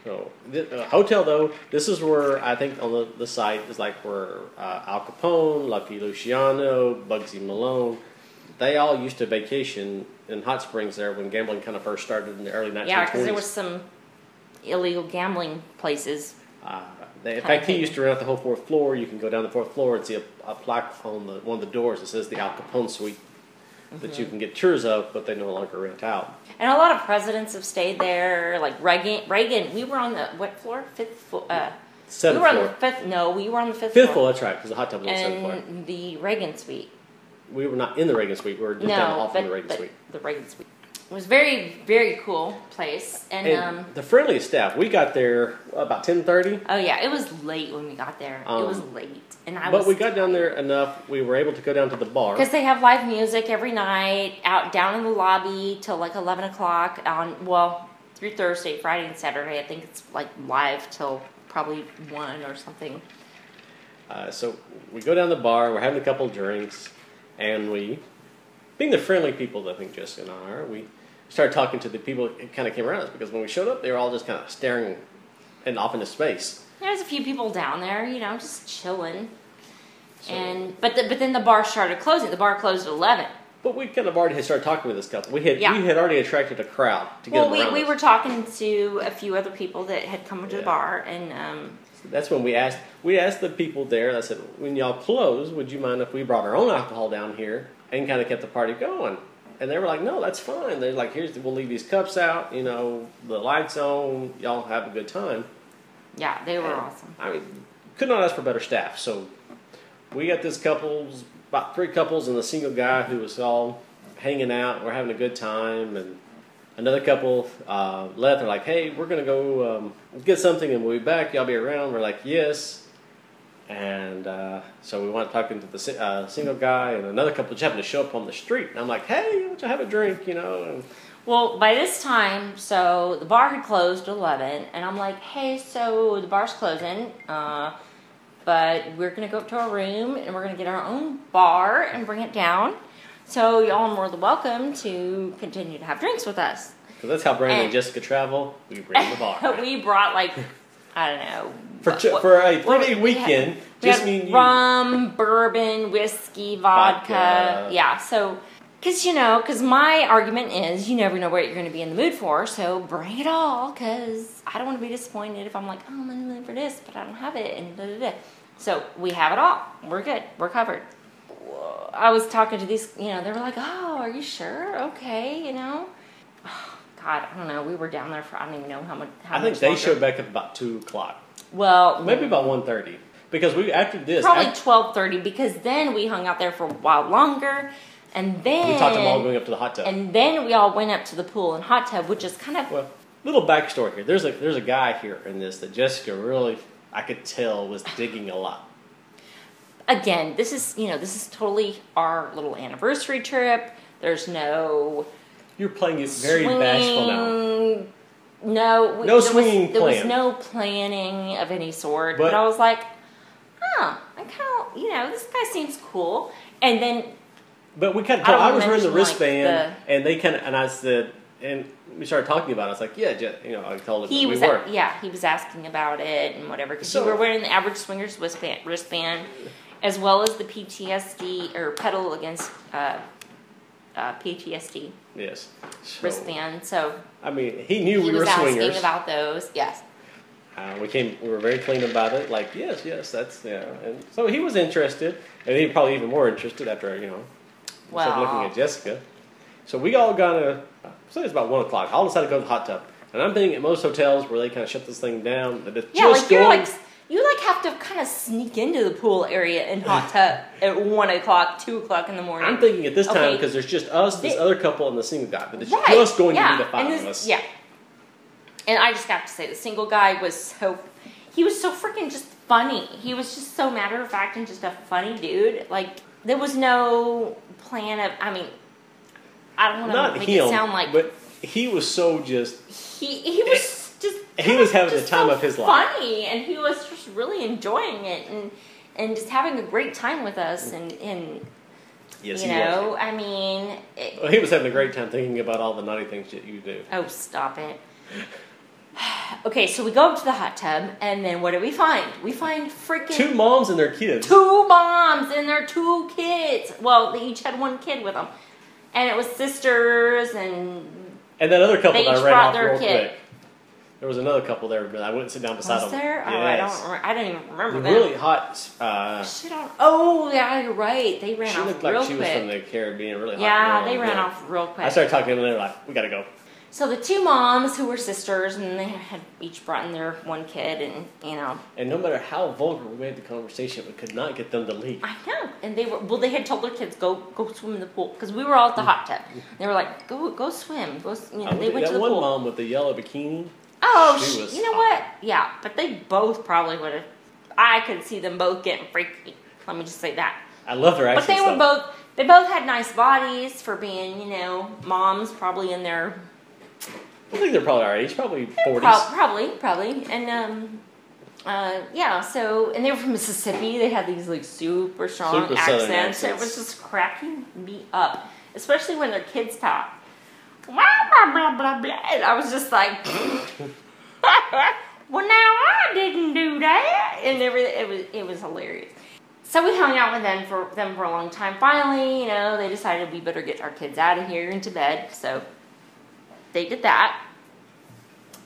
Speaker 2: So, th- uh, hotel though, this is where I think on the, the site is like where uh, Al Capone, Lucky Luciano, Bugsy Malone, they all used to vacation in Hot Springs there when gambling kind of first started in the early 1920s.
Speaker 3: Yeah, because there was some illegal gambling places.
Speaker 2: Uh, they, in
Speaker 3: Kind of
Speaker 2: fact, he
Speaker 3: thing.
Speaker 2: used to rent out the whole fourth floor. You can go down the fourth floor and see a, a plaque on the, one of the doors that says the Al Capone Suite that
Speaker 3: Mm-hmm.
Speaker 2: you can get tours of, but they no longer rent out.
Speaker 3: And a lot of presidents have stayed there, like Reagan. Reagan, we were on the what floor? Fifth floor. Uh, we
Speaker 2: Seventh
Speaker 3: were on
Speaker 2: floor.
Speaker 3: the fifth. No, we were on the fifth.
Speaker 2: Fifth floor, that's right, because the hot tub was on the seventh floor.
Speaker 3: And the Reagan suite.
Speaker 2: We were not in the Reagan Suite. We were just down the hall
Speaker 3: No,
Speaker 2: from
Speaker 3: but,
Speaker 2: the Reagan
Speaker 3: but
Speaker 2: Suite.
Speaker 3: the Reagan suite it was very very cool place. And,
Speaker 2: And
Speaker 3: um,
Speaker 2: the friendliest staff, we got there about ten thirty,
Speaker 3: oh yeah, it was late when we got there. it was
Speaker 2: Um,
Speaker 3: late, and I
Speaker 2: but
Speaker 3: was
Speaker 2: we got down there enough. We were able to go down to the bar.
Speaker 3: Because they have live music every night out down in the lobby till like eleven o'clock on well through Thursday, Friday, and Saturday. I think it's like live till probably one or something.
Speaker 2: Uh, so we go down the bar. We're having a couple drinks, and we, being the friendly people that I think Jessica and I are, we started talking to the people that kind of came around us because when we showed up, they were all just kind of staring and off into space.
Speaker 3: There's a few people down there, you know, just chilling.
Speaker 2: So-
Speaker 3: and but the, but then the bar started closing. The bar closed at eleven.
Speaker 2: But we kind of already had started talking to this couple. We had
Speaker 3: Yeah.
Speaker 2: we had already attracted a crowd to get
Speaker 3: Well,
Speaker 2: them
Speaker 3: we,
Speaker 2: around
Speaker 3: we
Speaker 2: us.
Speaker 3: were talking to a few other people that had come to
Speaker 2: Yeah.
Speaker 3: the bar, and um,
Speaker 2: That's when we asked we asked the people there. I said, "When y'all close, would you mind if we brought our own alcohol down here and kind of kept the party going?" And they were like, "No, that's fine." They're like, "Here's we'll leave these cups out. You know, the lights on. Y'all have a good time."
Speaker 3: yeah, they were awesome.
Speaker 2: I mean, could not ask for better staff. So we got this couples, about three couples and a single guy who was all hanging out. We're having a good time. And another couple uh, left. They're like, hey, we're going to go um, get something and we'll be back. Y'all be around. We're like, yes. And uh, so we went talking to the si- uh, single guy and another couple just happened to show up on the street. And I'm like, hey, why don't you have a drink, you know? And
Speaker 3: Well, by this time, so the bar had closed at 11, and I'm like, hey, so the bar's closing, uh, but we're gonna go up to our room and we're gonna get our own bar and bring it down. So, y'all are more than welcome to continue to have drinks with us.
Speaker 2: 'cause that's how Brandon and
Speaker 3: And-
Speaker 2: Jessica travel. We bring the bar.
Speaker 3: [LAUGHS] we brought, like, I don't know.
Speaker 2: for,
Speaker 3: what-
Speaker 2: ch-
Speaker 3: what-
Speaker 2: for a
Speaker 3: what-
Speaker 2: pretty
Speaker 3: we had-
Speaker 2: weekend,
Speaker 3: we
Speaker 2: just
Speaker 3: had
Speaker 2: mean you.
Speaker 3: rum, bourbon, whiskey, vodka.
Speaker 2: Vodka.
Speaker 3: Yeah, so Because, you know, because my argument is you never know what you're going to be in the mood for, so bring it all, because I don't want to be disappointed if I'm like, oh, I'm in the mood for this, but I don't have it, and da da da. So we have it all. We're good. We're covered. I was talking to these, you know, they were like, oh, are you sure? Okay, you know. [SIGHS] God, I don't know. We were down there for, I don't even know how much. How
Speaker 2: I think
Speaker 3: much
Speaker 2: they
Speaker 3: longer.
Speaker 2: showed back at about two o'clock,
Speaker 3: Well,
Speaker 2: maybe about 1.30. Because we after this,
Speaker 3: probably
Speaker 2: after-
Speaker 3: twelve thirty because then we hung out there for a while longer, and then
Speaker 2: we talked them all going up to the hot tub.
Speaker 3: and then we all went up to the pool and hot tub, which is kind of
Speaker 2: Well, little backstory here. There's a there's a guy here in this that Jessica really I could tell was digging a lot.
Speaker 3: again this is you know this is totally our little anniversary trip. There's no
Speaker 2: You're playing it very bashful now.
Speaker 3: swinging- No, we,
Speaker 2: No
Speaker 3: there
Speaker 2: swinging
Speaker 3: Was, there was
Speaker 2: plan.
Speaker 3: no planning of any sort, but,
Speaker 2: But-
Speaker 3: I was like, huh, I kind of you know this guy seems cool, and then
Speaker 2: But we kind of
Speaker 3: I don't
Speaker 2: I, was wearing the
Speaker 3: mention, like,
Speaker 2: wristband, and they kind of and I said and we started talking about. it. I was like, yeah, Je-, you know, I told him
Speaker 3: he
Speaker 2: that we
Speaker 3: was
Speaker 2: were.
Speaker 3: yeah he was asking about it and whatever because
Speaker 2: So-
Speaker 3: you were wearing the average swingers wristband, wristband as well as the PTSD or pedal against uh, uh, PTSD
Speaker 2: Yes. So,
Speaker 3: wristband. So
Speaker 2: I mean, he knew
Speaker 3: he
Speaker 2: we
Speaker 3: was
Speaker 2: were
Speaker 3: asking
Speaker 2: swingers.
Speaker 3: about those. Yes,
Speaker 2: Uh, we came. We were very clean about it. Like, yes, yes, that's yeah. And so he was interested, and he probably even more interested after you know, started
Speaker 3: Well.
Speaker 2: looking at Jessica. So we all got a. So it's about one o'clock. I all decided to go to the hot tub, and I'm thinking at most hotels where they kind of shut this thing down. That it's
Speaker 3: yeah,
Speaker 2: just
Speaker 3: like you're
Speaker 2: going-
Speaker 3: like you like have to kind of sneak into the pool area and
Speaker 2: [SIGHS]
Speaker 3: hot tub at one o'clock, two o'clock in the morning.
Speaker 2: I'm thinking at this time
Speaker 3: Okay.
Speaker 2: because there's just us, this
Speaker 3: Thi-
Speaker 2: other couple, and the single guy. But it's
Speaker 3: Right,
Speaker 2: just going
Speaker 3: yeah,
Speaker 2: to be the five
Speaker 3: and
Speaker 2: of
Speaker 3: this-
Speaker 2: us.
Speaker 3: Yeah. And I just have to say, the single guy was so, he was so freaking just funny. He was just so matter of fact and just a funny dude. Like, there was no plan of, I mean, I don't want
Speaker 2: Not
Speaker 3: to make
Speaker 2: him,
Speaker 3: it sound like
Speaker 2: but he was so just.
Speaker 3: he, he was just,
Speaker 2: He was having the
Speaker 3: just
Speaker 2: time
Speaker 3: so
Speaker 2: of his life.
Speaker 3: Funny, and he was just really enjoying it and, and just having a great time with us. And, and
Speaker 2: Yes,
Speaker 3: you
Speaker 2: he
Speaker 3: know, I mean, it,
Speaker 2: was. He was having a great time thinking about all the naughty things that you do.
Speaker 3: Oh, stop it. [SIGHS] Okay, so we go up to the hot tub, and then what do we find? We find freaking
Speaker 2: Two moms and their kids.
Speaker 3: two moms and their two kids. Well, they each had one kid with them, and it was sisters, and
Speaker 2: And that other couple
Speaker 3: They
Speaker 2: that I
Speaker 3: each
Speaker 2: ran
Speaker 3: brought
Speaker 2: off
Speaker 3: their
Speaker 2: real
Speaker 3: kid.
Speaker 2: quick. There was another couple there, but I wouldn't sit down beside
Speaker 3: was
Speaker 2: them.
Speaker 3: there? Oh, I
Speaker 2: Yes.
Speaker 3: don't. Remember. I don't even remember
Speaker 2: The
Speaker 3: them.
Speaker 2: really hot. Uh,
Speaker 3: Shit on. Oh, yeah, you're right. They ran
Speaker 2: she
Speaker 3: off
Speaker 2: looked
Speaker 3: real
Speaker 2: like she
Speaker 3: quick.
Speaker 2: was from the Caribbean. Really hot.
Speaker 3: yeah,
Speaker 2: girl.
Speaker 3: they ran
Speaker 2: Yeah.
Speaker 3: off real quick.
Speaker 2: I started talking to them, and they're like, "We gotta go."
Speaker 3: So the two moms who were sisters, and they had each brought in their one kid, and you know,
Speaker 2: And no matter how vulgar we made the conversation, we could not get them to leave.
Speaker 3: I know, and they were well. They had told their kids go go swim in the pool because we were all at the hot tub. They were like, go go swim, go. s- You know,
Speaker 2: I
Speaker 3: they
Speaker 2: looked at
Speaker 3: went to
Speaker 2: that
Speaker 3: the
Speaker 2: one
Speaker 3: pool.
Speaker 2: mom with the yellow bikini.
Speaker 3: oh,
Speaker 2: she
Speaker 3: sh-
Speaker 2: was
Speaker 3: you know
Speaker 2: hot.
Speaker 3: what? Yeah, but they both probably would have. I could see them both getting freaky. Let me just say that.
Speaker 2: I love her
Speaker 3: But
Speaker 2: accent.
Speaker 3: they were
Speaker 2: though.
Speaker 3: both. They both had nice bodies for being, you know, moms probably in their
Speaker 2: I think they're probably our age, probably forties.
Speaker 3: Prob- probably, probably, and um, uh, yeah. So, and they were from Mississippi. They had these like super strong
Speaker 2: Super
Speaker 3: accents.
Speaker 2: Southern
Speaker 3: It
Speaker 2: accents.
Speaker 3: was just cracking me up, especially when their kids talk. Blah blah blah blah. And I was just like, [LAUGHS] well, now I didn't do that, and everything. It was it was hilarious. So we hung out with them for them for a long time. Finally, you know, they decided we better get our kids out of here into bed. So they did that.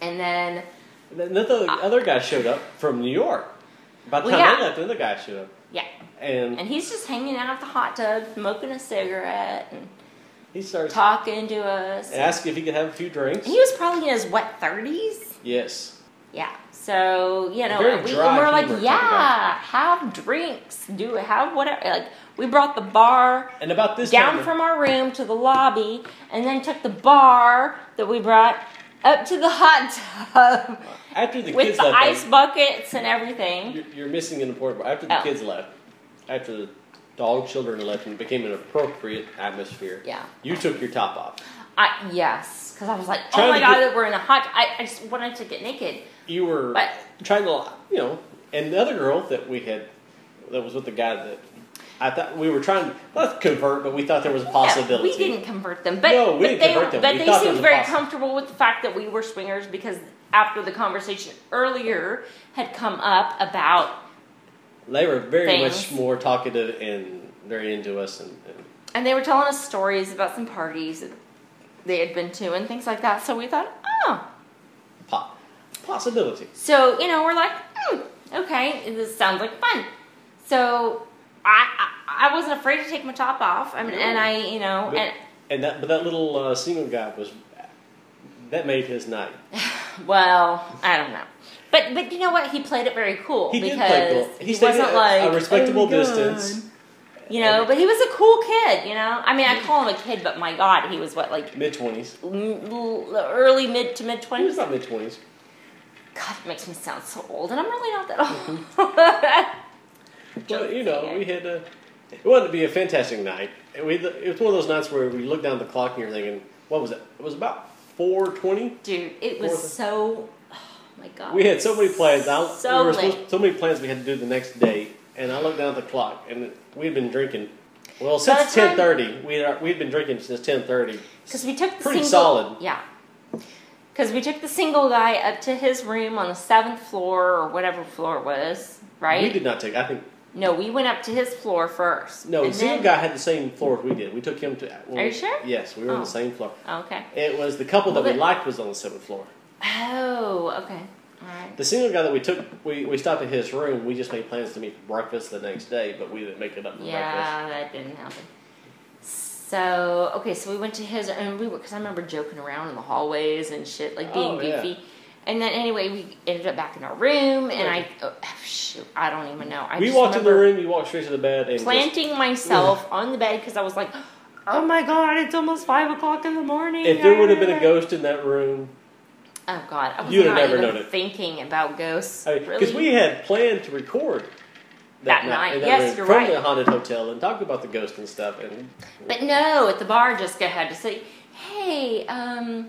Speaker 3: And then
Speaker 2: And then the other- other guy showed up from New York. By the
Speaker 3: Uh, Well,
Speaker 2: time
Speaker 3: yeah.
Speaker 2: they left, the other guy showed up,
Speaker 3: yeah,
Speaker 2: and
Speaker 3: and he's just hanging out at the hot tub, smoking a cigarette and
Speaker 2: he started
Speaker 3: talking to us.
Speaker 2: asking if he could have a few drinks.
Speaker 3: He was probably in his what thirties.
Speaker 2: Yes.
Speaker 3: Yeah. So you know,
Speaker 2: Very
Speaker 3: and we,
Speaker 2: dry
Speaker 3: and we're
Speaker 2: humor type of
Speaker 3: like,
Speaker 2: guy.
Speaker 3: yeah, have drinks, do have whatever. Like we brought the bar
Speaker 2: And about this
Speaker 3: down
Speaker 2: time,
Speaker 3: from our room to the lobby, and then took the bar that we brought up to the hot [LAUGHS] tub
Speaker 2: after the
Speaker 3: with
Speaker 2: kids
Speaker 3: the
Speaker 2: left,
Speaker 3: ice
Speaker 2: though,
Speaker 3: buckets and everything.
Speaker 2: you're, you're missing an important part. After the
Speaker 3: Oh.
Speaker 2: kids left, after the dog children left, and it became an appropriate atmosphere.
Speaker 3: Yeah.
Speaker 2: You took your top off.
Speaker 3: I yes, because I was like, oh
Speaker 2: Trying
Speaker 3: my
Speaker 2: to
Speaker 3: god,
Speaker 2: get-
Speaker 3: that we're in a hot. I, I just wanted to get naked.
Speaker 2: You were
Speaker 3: But-
Speaker 2: trying to, you know, and the other girl that we had, that was with the guy that I thought we were trying to not convert, but we thought there was a
Speaker 3: Yeah,
Speaker 2: possibility.
Speaker 3: we didn't convert them, but,
Speaker 2: No, we
Speaker 3: but
Speaker 2: didn't
Speaker 3: they
Speaker 2: convert
Speaker 3: were-
Speaker 2: them.
Speaker 3: but
Speaker 2: We
Speaker 3: they
Speaker 2: thought there
Speaker 3: seemed
Speaker 2: was a
Speaker 3: very
Speaker 2: possi-
Speaker 3: comfortable with the fact that we were swingers because after the conversation earlier had come up about
Speaker 2: They were very
Speaker 3: Things.
Speaker 2: much more talkative and very into us, and, and
Speaker 3: and they were telling us stories about some parties that they had been to and things like that. So we thought, oh.
Speaker 2: Po- possibility.
Speaker 3: So, you know, we're like, hmm, okay, this sounds like fun. So I, I, I wasn't afraid to take my top off. I mean, and I, you know,
Speaker 2: But,
Speaker 3: and
Speaker 2: and that, but that little uh, single guy was that made his night.
Speaker 3: well, I don't know. But, but you know what? He played it very cool
Speaker 2: He
Speaker 3: because
Speaker 2: did play ball. He,
Speaker 3: he
Speaker 2: stayed
Speaker 3: wasn't
Speaker 2: at
Speaker 3: like
Speaker 2: a respectable
Speaker 3: "Oh my God,"
Speaker 2: distance.
Speaker 3: you know. But he was a cool kid, you know. I mean, I call him a kid, but my God, he was what like
Speaker 2: Mid twenties.
Speaker 3: l- l- early mid to mid
Speaker 2: He was
Speaker 3: twenties.
Speaker 2: not mid twenties.
Speaker 3: God, it makes me sound so old, and I'm really not
Speaker 2: Mm-hmm.
Speaker 3: that old.
Speaker 2: Well, you know,
Speaker 3: saying.
Speaker 2: we had a. It wanted to be a fantastic night. And we, it was one of those nights where we looked down at the clock and you're thinking, what was it? It was about four twenty.
Speaker 3: [LAUGHS] Dude, it was
Speaker 2: Fourth.
Speaker 3: so. Oh my God.
Speaker 2: We had so many plans. I,
Speaker 3: So
Speaker 2: we were
Speaker 3: late.
Speaker 2: supposed, so many plans we had to do the next day. And I looked down at the clock, and we had been drinking. Well,
Speaker 3: By
Speaker 2: since
Speaker 3: the time-
Speaker 2: ten thirty, we had we had been drinking since ten thirty.
Speaker 3: Because we took the
Speaker 2: Pretty
Speaker 3: single,
Speaker 2: solid.
Speaker 3: Yeah. Because we took the single guy up to his room on the seventh floor or whatever floor it was,
Speaker 2: We
Speaker 3: right?
Speaker 2: did not take. I think
Speaker 3: No, we went up to his floor first.
Speaker 2: no. The
Speaker 3: and
Speaker 2: single
Speaker 3: then-
Speaker 2: guy had the same floor as we did. We took him to. well,
Speaker 3: Are you sure?
Speaker 2: Yes, we were on
Speaker 3: Oh.
Speaker 2: the same floor.
Speaker 3: Okay.
Speaker 2: It was the couple that
Speaker 3: Well,
Speaker 2: we
Speaker 3: but-
Speaker 2: liked was on the seventh floor.
Speaker 3: Oh, okay. All right.
Speaker 2: The single guy that we took, we, we stopped at his room. We just made plans to meet for breakfast the next day, but we didn't make it up for breakfast.
Speaker 3: Yeah, that didn't happen. So okay, so we went to his and we were because I remember joking around in the hallways and shit, like being
Speaker 2: Oh, yeah.
Speaker 3: goofy. And then anyway, we ended up back in our room, and I
Speaker 2: Right.
Speaker 3: oh, shoot, I don't even know. I
Speaker 2: we
Speaker 3: just
Speaker 2: walked in the
Speaker 3: remember
Speaker 2: room. You walked straight to the bed and just,
Speaker 3: planting myself on the bed because I was like, [GASPS] oh my god, it's almost five o'clock in the morning.
Speaker 2: if there would have been a ghost in that room,
Speaker 3: oh god, I was
Speaker 2: you'd have
Speaker 3: not
Speaker 2: never
Speaker 3: even
Speaker 2: known it.
Speaker 3: thinking about ghosts.
Speaker 2: because
Speaker 3: really,
Speaker 2: we had planned to record
Speaker 3: That night.
Speaker 2: in
Speaker 3: Yes,
Speaker 2: room
Speaker 3: you're
Speaker 2: from
Speaker 3: right.
Speaker 2: the haunted hotel and talk about the ghost and stuff. And
Speaker 3: But no, at the bar, Jessica had to say, "Hey, um,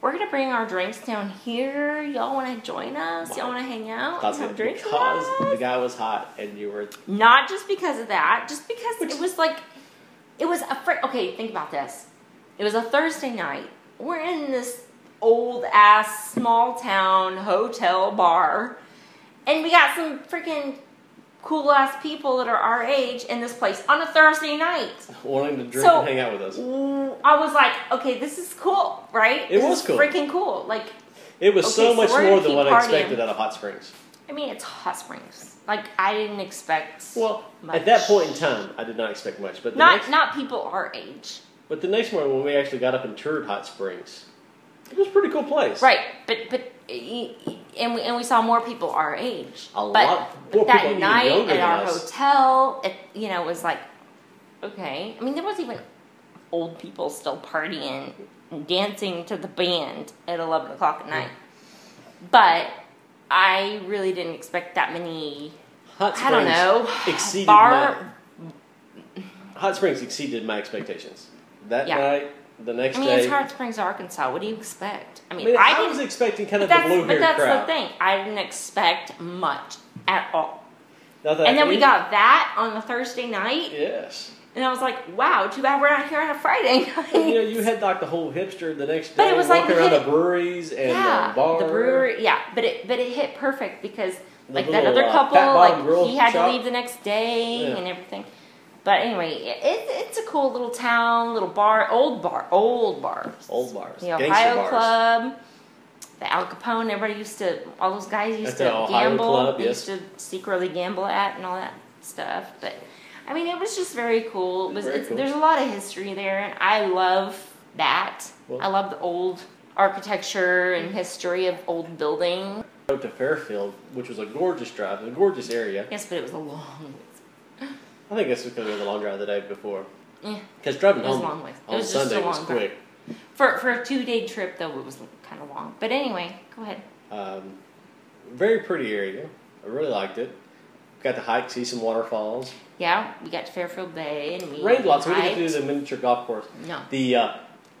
Speaker 3: we're gonna bring our drinks down here. Y'all want to join us? Y'all want to hang out and
Speaker 2: because,
Speaker 3: have drinks with
Speaker 2: because the
Speaker 3: us?"
Speaker 2: guy was hot and you were [LAUGHS]
Speaker 3: Not just because of that, just because it was like, it was a fr- okay. Think about this. It was a Thursday night. We're in this old ass small town hotel bar, and we got some freaking cool ass people that are our age in this place on a Thursday night.
Speaker 2: wanting to drink
Speaker 3: So-
Speaker 2: and hang out with us.
Speaker 3: Mm, I was like, okay, this is cool, right?
Speaker 2: It
Speaker 3: This
Speaker 2: was
Speaker 3: is
Speaker 2: cool.
Speaker 3: Freaking cool. Like,
Speaker 2: It was
Speaker 3: Okay,
Speaker 2: so
Speaker 3: so
Speaker 2: much
Speaker 3: we're gonna
Speaker 2: more than
Speaker 3: keep
Speaker 2: what I
Speaker 3: partying.
Speaker 2: expected out of Hot Springs.
Speaker 3: I mean, it's hot springs. Like, I didn't expect.
Speaker 2: Well,
Speaker 3: Much.
Speaker 2: at that point in time, I did not expect much. But the
Speaker 3: not
Speaker 2: next,
Speaker 3: not people our age,
Speaker 2: but the next morning when we actually got up and toured Hot Springs, it was a pretty cool place.
Speaker 3: right? But but e- e- and we and we saw more people our age.
Speaker 2: A
Speaker 3: but
Speaker 2: lot more
Speaker 3: that
Speaker 2: people even
Speaker 3: night
Speaker 2: younger
Speaker 3: at
Speaker 2: than
Speaker 3: our
Speaker 2: us.
Speaker 3: hotel, it you know was like, okay. I mean, there was even old people still partying, and dancing to the band at eleven o'clock at night. But I really didn't expect that many
Speaker 2: Hot
Speaker 3: I
Speaker 2: Springs
Speaker 3: don't know.
Speaker 2: exceeded
Speaker 3: Bar.
Speaker 2: my Hot Springs exceeded my expectations. That
Speaker 3: Yeah.
Speaker 2: night, the next
Speaker 3: I mean,
Speaker 2: day,
Speaker 3: it's Hot Springs, Arkansas. What do you expect? I
Speaker 2: I
Speaker 3: mean,
Speaker 2: mean,
Speaker 3: I,
Speaker 2: I, was
Speaker 3: didn't.
Speaker 2: expecting kind
Speaker 3: But
Speaker 2: of the
Speaker 3: that's,
Speaker 2: blue
Speaker 3: but
Speaker 2: haired
Speaker 3: that's
Speaker 2: crowd.
Speaker 3: the thing. I didn't expect much at all.
Speaker 2: Not that
Speaker 3: And then we
Speaker 2: any-
Speaker 3: got that on the Thursday night,
Speaker 2: yes.
Speaker 3: and I was like, "Wow, too bad we're not here on a Friday [LAUGHS]
Speaker 2: You know,
Speaker 3: night."
Speaker 2: you had like the whole hipster the next day,
Speaker 3: But it was like
Speaker 2: walking
Speaker 3: we
Speaker 2: around
Speaker 3: hit-
Speaker 2: the breweries and
Speaker 3: yeah,
Speaker 2: the bar.
Speaker 3: brewery. Yeah, but it but it hit perfect because
Speaker 2: The
Speaker 3: like that
Speaker 2: little,
Speaker 3: other
Speaker 2: uh,
Speaker 3: couple,
Speaker 2: Fat Bottom
Speaker 3: like
Speaker 2: Girl
Speaker 3: he had
Speaker 2: shop.
Speaker 3: to leave the next day
Speaker 2: Yeah.
Speaker 3: and everything. But anyway, it, it, it's a cool little town, little bar, old bar, old bars.
Speaker 2: old bars,
Speaker 3: the
Speaker 2: gangster
Speaker 3: Ohio
Speaker 2: bars.
Speaker 3: Club, the Al Capone. Everybody used to, all those guys used
Speaker 2: At the
Speaker 3: to
Speaker 2: Ohio
Speaker 3: gamble.
Speaker 2: Club,
Speaker 3: they
Speaker 2: yes.
Speaker 3: used to secretly gamble at and all that stuff. But I mean, it was just very cool. It was,
Speaker 2: Very
Speaker 3: it's,
Speaker 2: cool.
Speaker 3: There's a lot of history there, and I love that.
Speaker 2: Well-
Speaker 3: I love the old architecture and history of old buildings.
Speaker 2: Drove to Fairfield, which was a gorgeous drive, a gorgeous area.
Speaker 3: Yes, but it was a long.
Speaker 2: I think that's because we had the long drive the day before.
Speaker 3: Yeah.
Speaker 2: Because driving
Speaker 3: It was
Speaker 2: home
Speaker 3: a long way. It
Speaker 2: on
Speaker 3: was just
Speaker 2: Sunday
Speaker 3: a
Speaker 2: was
Speaker 3: long
Speaker 2: quick.
Speaker 3: For, for a two day trip, though, it was kind of long. But anyway, go ahead.
Speaker 2: Um, very pretty area. I really liked it. Got to hike, see some waterfalls.
Speaker 3: Yeah, we got to Fairfield Bay and we
Speaker 2: Rained lots. We didn't
Speaker 3: hiked.
Speaker 2: get to do the miniature golf course.
Speaker 3: No.
Speaker 2: The uh,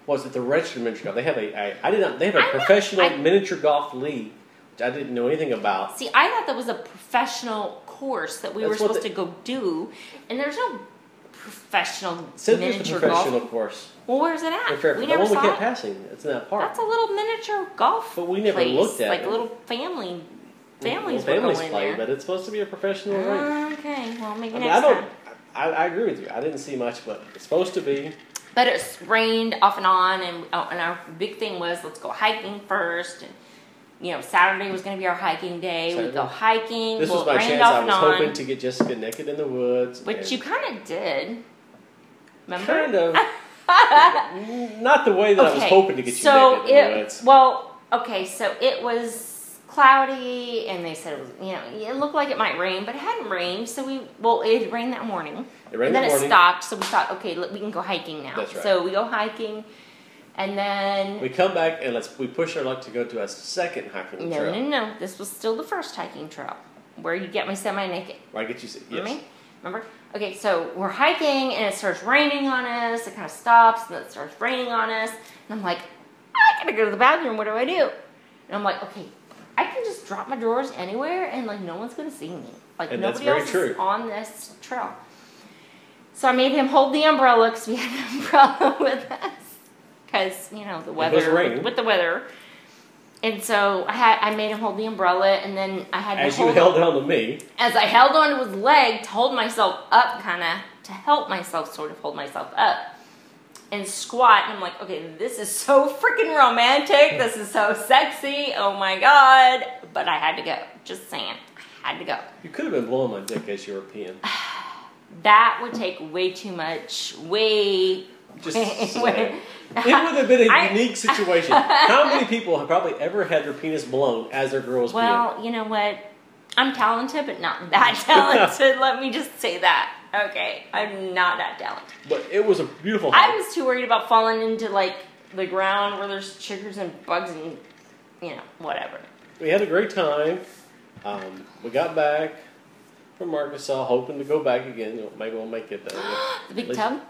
Speaker 2: was it the registered miniature golf? They have a I, I did not. They have a
Speaker 3: I'm not-
Speaker 2: professional
Speaker 3: I-
Speaker 2: miniature golf league, which I didn't know anything about.
Speaker 3: See, I thought that was a professional course that we were
Speaker 2: That's what
Speaker 3: supposed
Speaker 2: the-
Speaker 3: to go do, and there's no professional
Speaker 2: So there's a
Speaker 3: miniature
Speaker 2: professional
Speaker 3: golf.
Speaker 2: course.
Speaker 3: Well, where's it
Speaker 2: in
Speaker 3: at?
Speaker 2: Fairfield.
Speaker 3: We
Speaker 2: the
Speaker 3: never
Speaker 2: one we
Speaker 3: saw
Speaker 2: kept
Speaker 3: it.
Speaker 2: passing. It's in that park.
Speaker 3: That's a little miniature golf.
Speaker 2: But we never
Speaker 3: place,
Speaker 2: looked at
Speaker 3: like
Speaker 2: it.
Speaker 3: little family
Speaker 2: Well,
Speaker 3: families, were
Speaker 2: families
Speaker 3: going
Speaker 2: play,
Speaker 3: there.
Speaker 2: but it's supposed to be a professional range.
Speaker 3: okay, well maybe
Speaker 2: I mean, I
Speaker 3: next
Speaker 2: don't.
Speaker 3: time.
Speaker 2: I I, I agree with you. I didn't see much, but it's supposed to be.
Speaker 3: But it's rained off and on, and oh, and our big thing was let's go hiking first. And you know, Saturday was going to be our hiking day. We
Speaker 2: Saturday.
Speaker 3: go hiking.
Speaker 2: This
Speaker 3: well,
Speaker 2: was
Speaker 3: it
Speaker 2: my
Speaker 3: rained
Speaker 2: chance.
Speaker 3: off
Speaker 2: I
Speaker 3: and
Speaker 2: was
Speaker 3: on,
Speaker 2: hoping to get Jessica naked in the woods.
Speaker 3: which you kind of did. Remember? [LAUGHS]
Speaker 2: kind of. Not the way that I was hoping to get you
Speaker 3: so
Speaker 2: naked in
Speaker 3: it,
Speaker 2: the woods.
Speaker 3: Well, okay, so it was cloudy, and they said it was, you know, it looked like it might rain, but it hadn't rained. So we, well, it had rained that morning.
Speaker 2: It
Speaker 3: and
Speaker 2: rained that
Speaker 3: then it
Speaker 2: morning.
Speaker 3: stopped. So we thought, okay, look, we can go hiking now.
Speaker 2: That's right.
Speaker 3: So we go hiking, and then
Speaker 2: We come back and let's we push our luck to go to a second hiking
Speaker 3: no,
Speaker 2: trail.
Speaker 3: no, no, this was still the first hiking trail where you get my semi-naked.
Speaker 2: Where I get you. Yes.
Speaker 3: Remember me? Remember? Okay, so we're hiking and it starts raining on us. It kind of stops and then it starts raining on us. And I'm like, I gotta go to the bathroom. What do I do? And I'm like, okay, I can just drop my drawers anywhere and like no one's gonna see me. Like
Speaker 2: And that's
Speaker 3: nobody
Speaker 2: very
Speaker 3: else
Speaker 2: true.
Speaker 3: is on this trail. So I made him hold the umbrella because we had an [LAUGHS] umbrella with us because you know the weather
Speaker 2: raining.
Speaker 3: with the weather. And so I had I made him hold the umbrella, and then I had
Speaker 2: As
Speaker 3: to
Speaker 2: you
Speaker 3: hold
Speaker 2: held on to me,
Speaker 3: as I held on to his leg to hold myself up, kind of to help myself sort of hold myself up and squat. And I'm like, okay, this is so [LAUGHS] freaking romantic. This is so sexy. Oh my God. But I had to go. Just saying. I had to go.
Speaker 2: you could have been blowing my dick as you
Speaker 3: [LAUGHS]
Speaker 2: were peeing.
Speaker 3: That would take way too much. Way. [LAUGHS]
Speaker 2: Just saying.
Speaker 3: way.
Speaker 2: It would have been a
Speaker 3: I- [LAUGHS]
Speaker 2: unique situation. How many people have probably ever had their penis blown as their girl was
Speaker 3: Well, you know what? I'm talented, but not that [LAUGHS] talented. Let me just say that. Okay. I'm not that talented.
Speaker 2: peeing? But it was a beautiful
Speaker 3: I
Speaker 2: hike.
Speaker 3: was too worried about falling into like the ground where there's chiggers and bugs and you know whatever.
Speaker 2: We had a great time. Um, we got back from Arkansas, hoping to go back again. Maybe we'll make
Speaker 3: [GASPS]
Speaker 2: it. Though.
Speaker 3: The big
Speaker 2: Like-
Speaker 3: tub.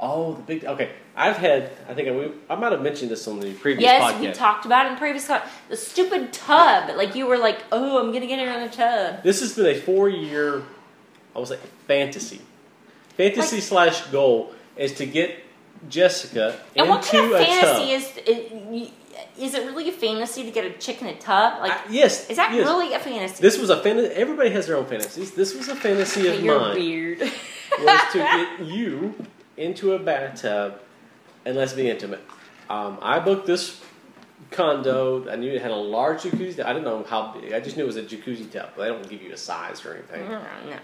Speaker 2: Oh, the big. Okay, I've had. I think I, we, I might have mentioned this on the previous
Speaker 3: Yes,
Speaker 2: podcast.
Speaker 3: we talked about it in previous co- the stupid tub. Like you were like, oh, I'm gonna get in another tub.
Speaker 2: This has been a four-year, I was like fantasy, fantasy slash goal is to get Jessica
Speaker 3: And
Speaker 2: into
Speaker 3: what kind of
Speaker 2: a
Speaker 3: fantasy
Speaker 2: tub.
Speaker 3: is, is is it really a fantasy to get a chick in a tub? Like,
Speaker 2: I- yes,
Speaker 3: is that
Speaker 2: yes.
Speaker 3: really a fantasy?
Speaker 2: This was a fantasy. Everybody has their own fantasies. This was a fantasy
Speaker 3: Okay,
Speaker 2: of
Speaker 3: you're [LAUGHS]
Speaker 2: mine.
Speaker 3: weird.
Speaker 2: was to get you into a bathtub and let's be intimate. Um, I booked this condo. I knew it had a large jacuzzi. I didn't know how big. I just knew it was a jacuzzi tub. They don't give you a size or anything.
Speaker 3: no, no.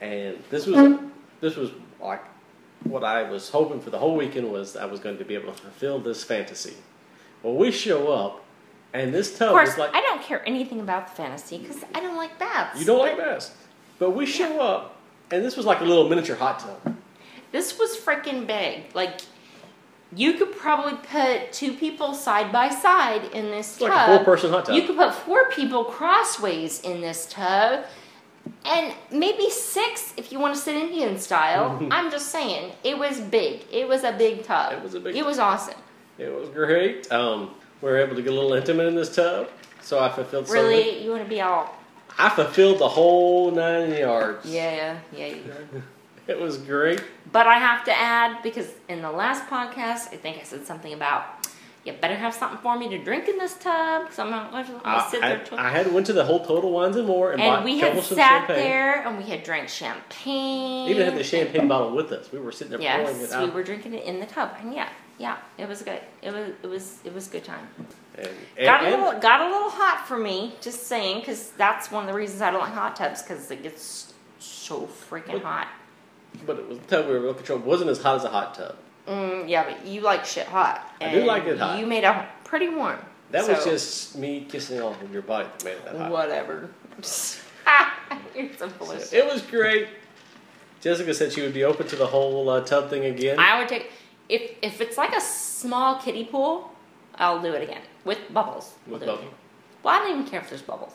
Speaker 2: And this was this was like what I was hoping for the whole weekend was I was going to be able to fulfill this fantasy. Well, we show up and this tub
Speaker 3: Of course,
Speaker 2: is like
Speaker 3: I don't care anything about the fantasy because I don't like baths.
Speaker 2: you don't like baths, but we show up and this was like a little miniature hot tub.
Speaker 3: This was freaking big. Like, you could probably put two people side by side in this
Speaker 2: It's
Speaker 3: tub.
Speaker 2: like a four-person hot tub.
Speaker 3: You could put four people crossways in this tub, and maybe six if you want to sit Indian
Speaker 2: [LAUGHS]
Speaker 3: style. I'm just saying, it was big. It was a big tub.
Speaker 2: It was a big
Speaker 3: It
Speaker 2: tub.
Speaker 3: was awesome.
Speaker 2: It was great. Um, we were able to get a little intimate in this tub, so I fulfilled. some of
Speaker 3: really,
Speaker 2: it.
Speaker 3: you want to be all?
Speaker 2: I fulfilled the whole nine yards.
Speaker 3: Yeah, yeah, you are.
Speaker 2: It was great.
Speaker 3: But I have to add, because in the last podcast, I think I said something about you better have something for me to drink in this tub because I'm not going to
Speaker 2: I,
Speaker 3: sit there.
Speaker 2: I,
Speaker 3: tw-
Speaker 2: I had went to the whole Total Wines and More and, bought
Speaker 3: and we had
Speaker 2: double some
Speaker 3: sat
Speaker 2: champagne.
Speaker 3: there and we had drank champagne.
Speaker 2: Even had the champagne bottle with us. We were sitting there pouring it
Speaker 3: Yes,
Speaker 2: out.
Speaker 3: we were drinking it in the tub, and yeah, yeah, it was good. It was it was it was a good time.
Speaker 2: and,
Speaker 3: got a
Speaker 2: and-
Speaker 3: little got a little hot for me, just saying, because that's one of the reasons I don't like hot tubs because it gets so freaking
Speaker 2: But-
Speaker 3: hot.
Speaker 2: but it was the tub we were able to control. It wasn't as hot as a hot tub.
Speaker 3: Mm, yeah, but you like shit hot.
Speaker 2: I do
Speaker 3: and
Speaker 2: like it hot.
Speaker 3: You made it pretty warm.
Speaker 2: That was
Speaker 3: so-
Speaker 2: just me kissing off of your body that made it that hot.
Speaker 3: Whatever. [LAUGHS] You're so full of shit.
Speaker 2: It was great. Jessica said she would be open to the whole uh, tub thing again.
Speaker 3: I would take if if it's like a small kiddie pool, I'll do it again with bubbles. We'll
Speaker 2: With
Speaker 3: do it
Speaker 2: bubble.
Speaker 3: again. Well, I don't even care if there's bubbles,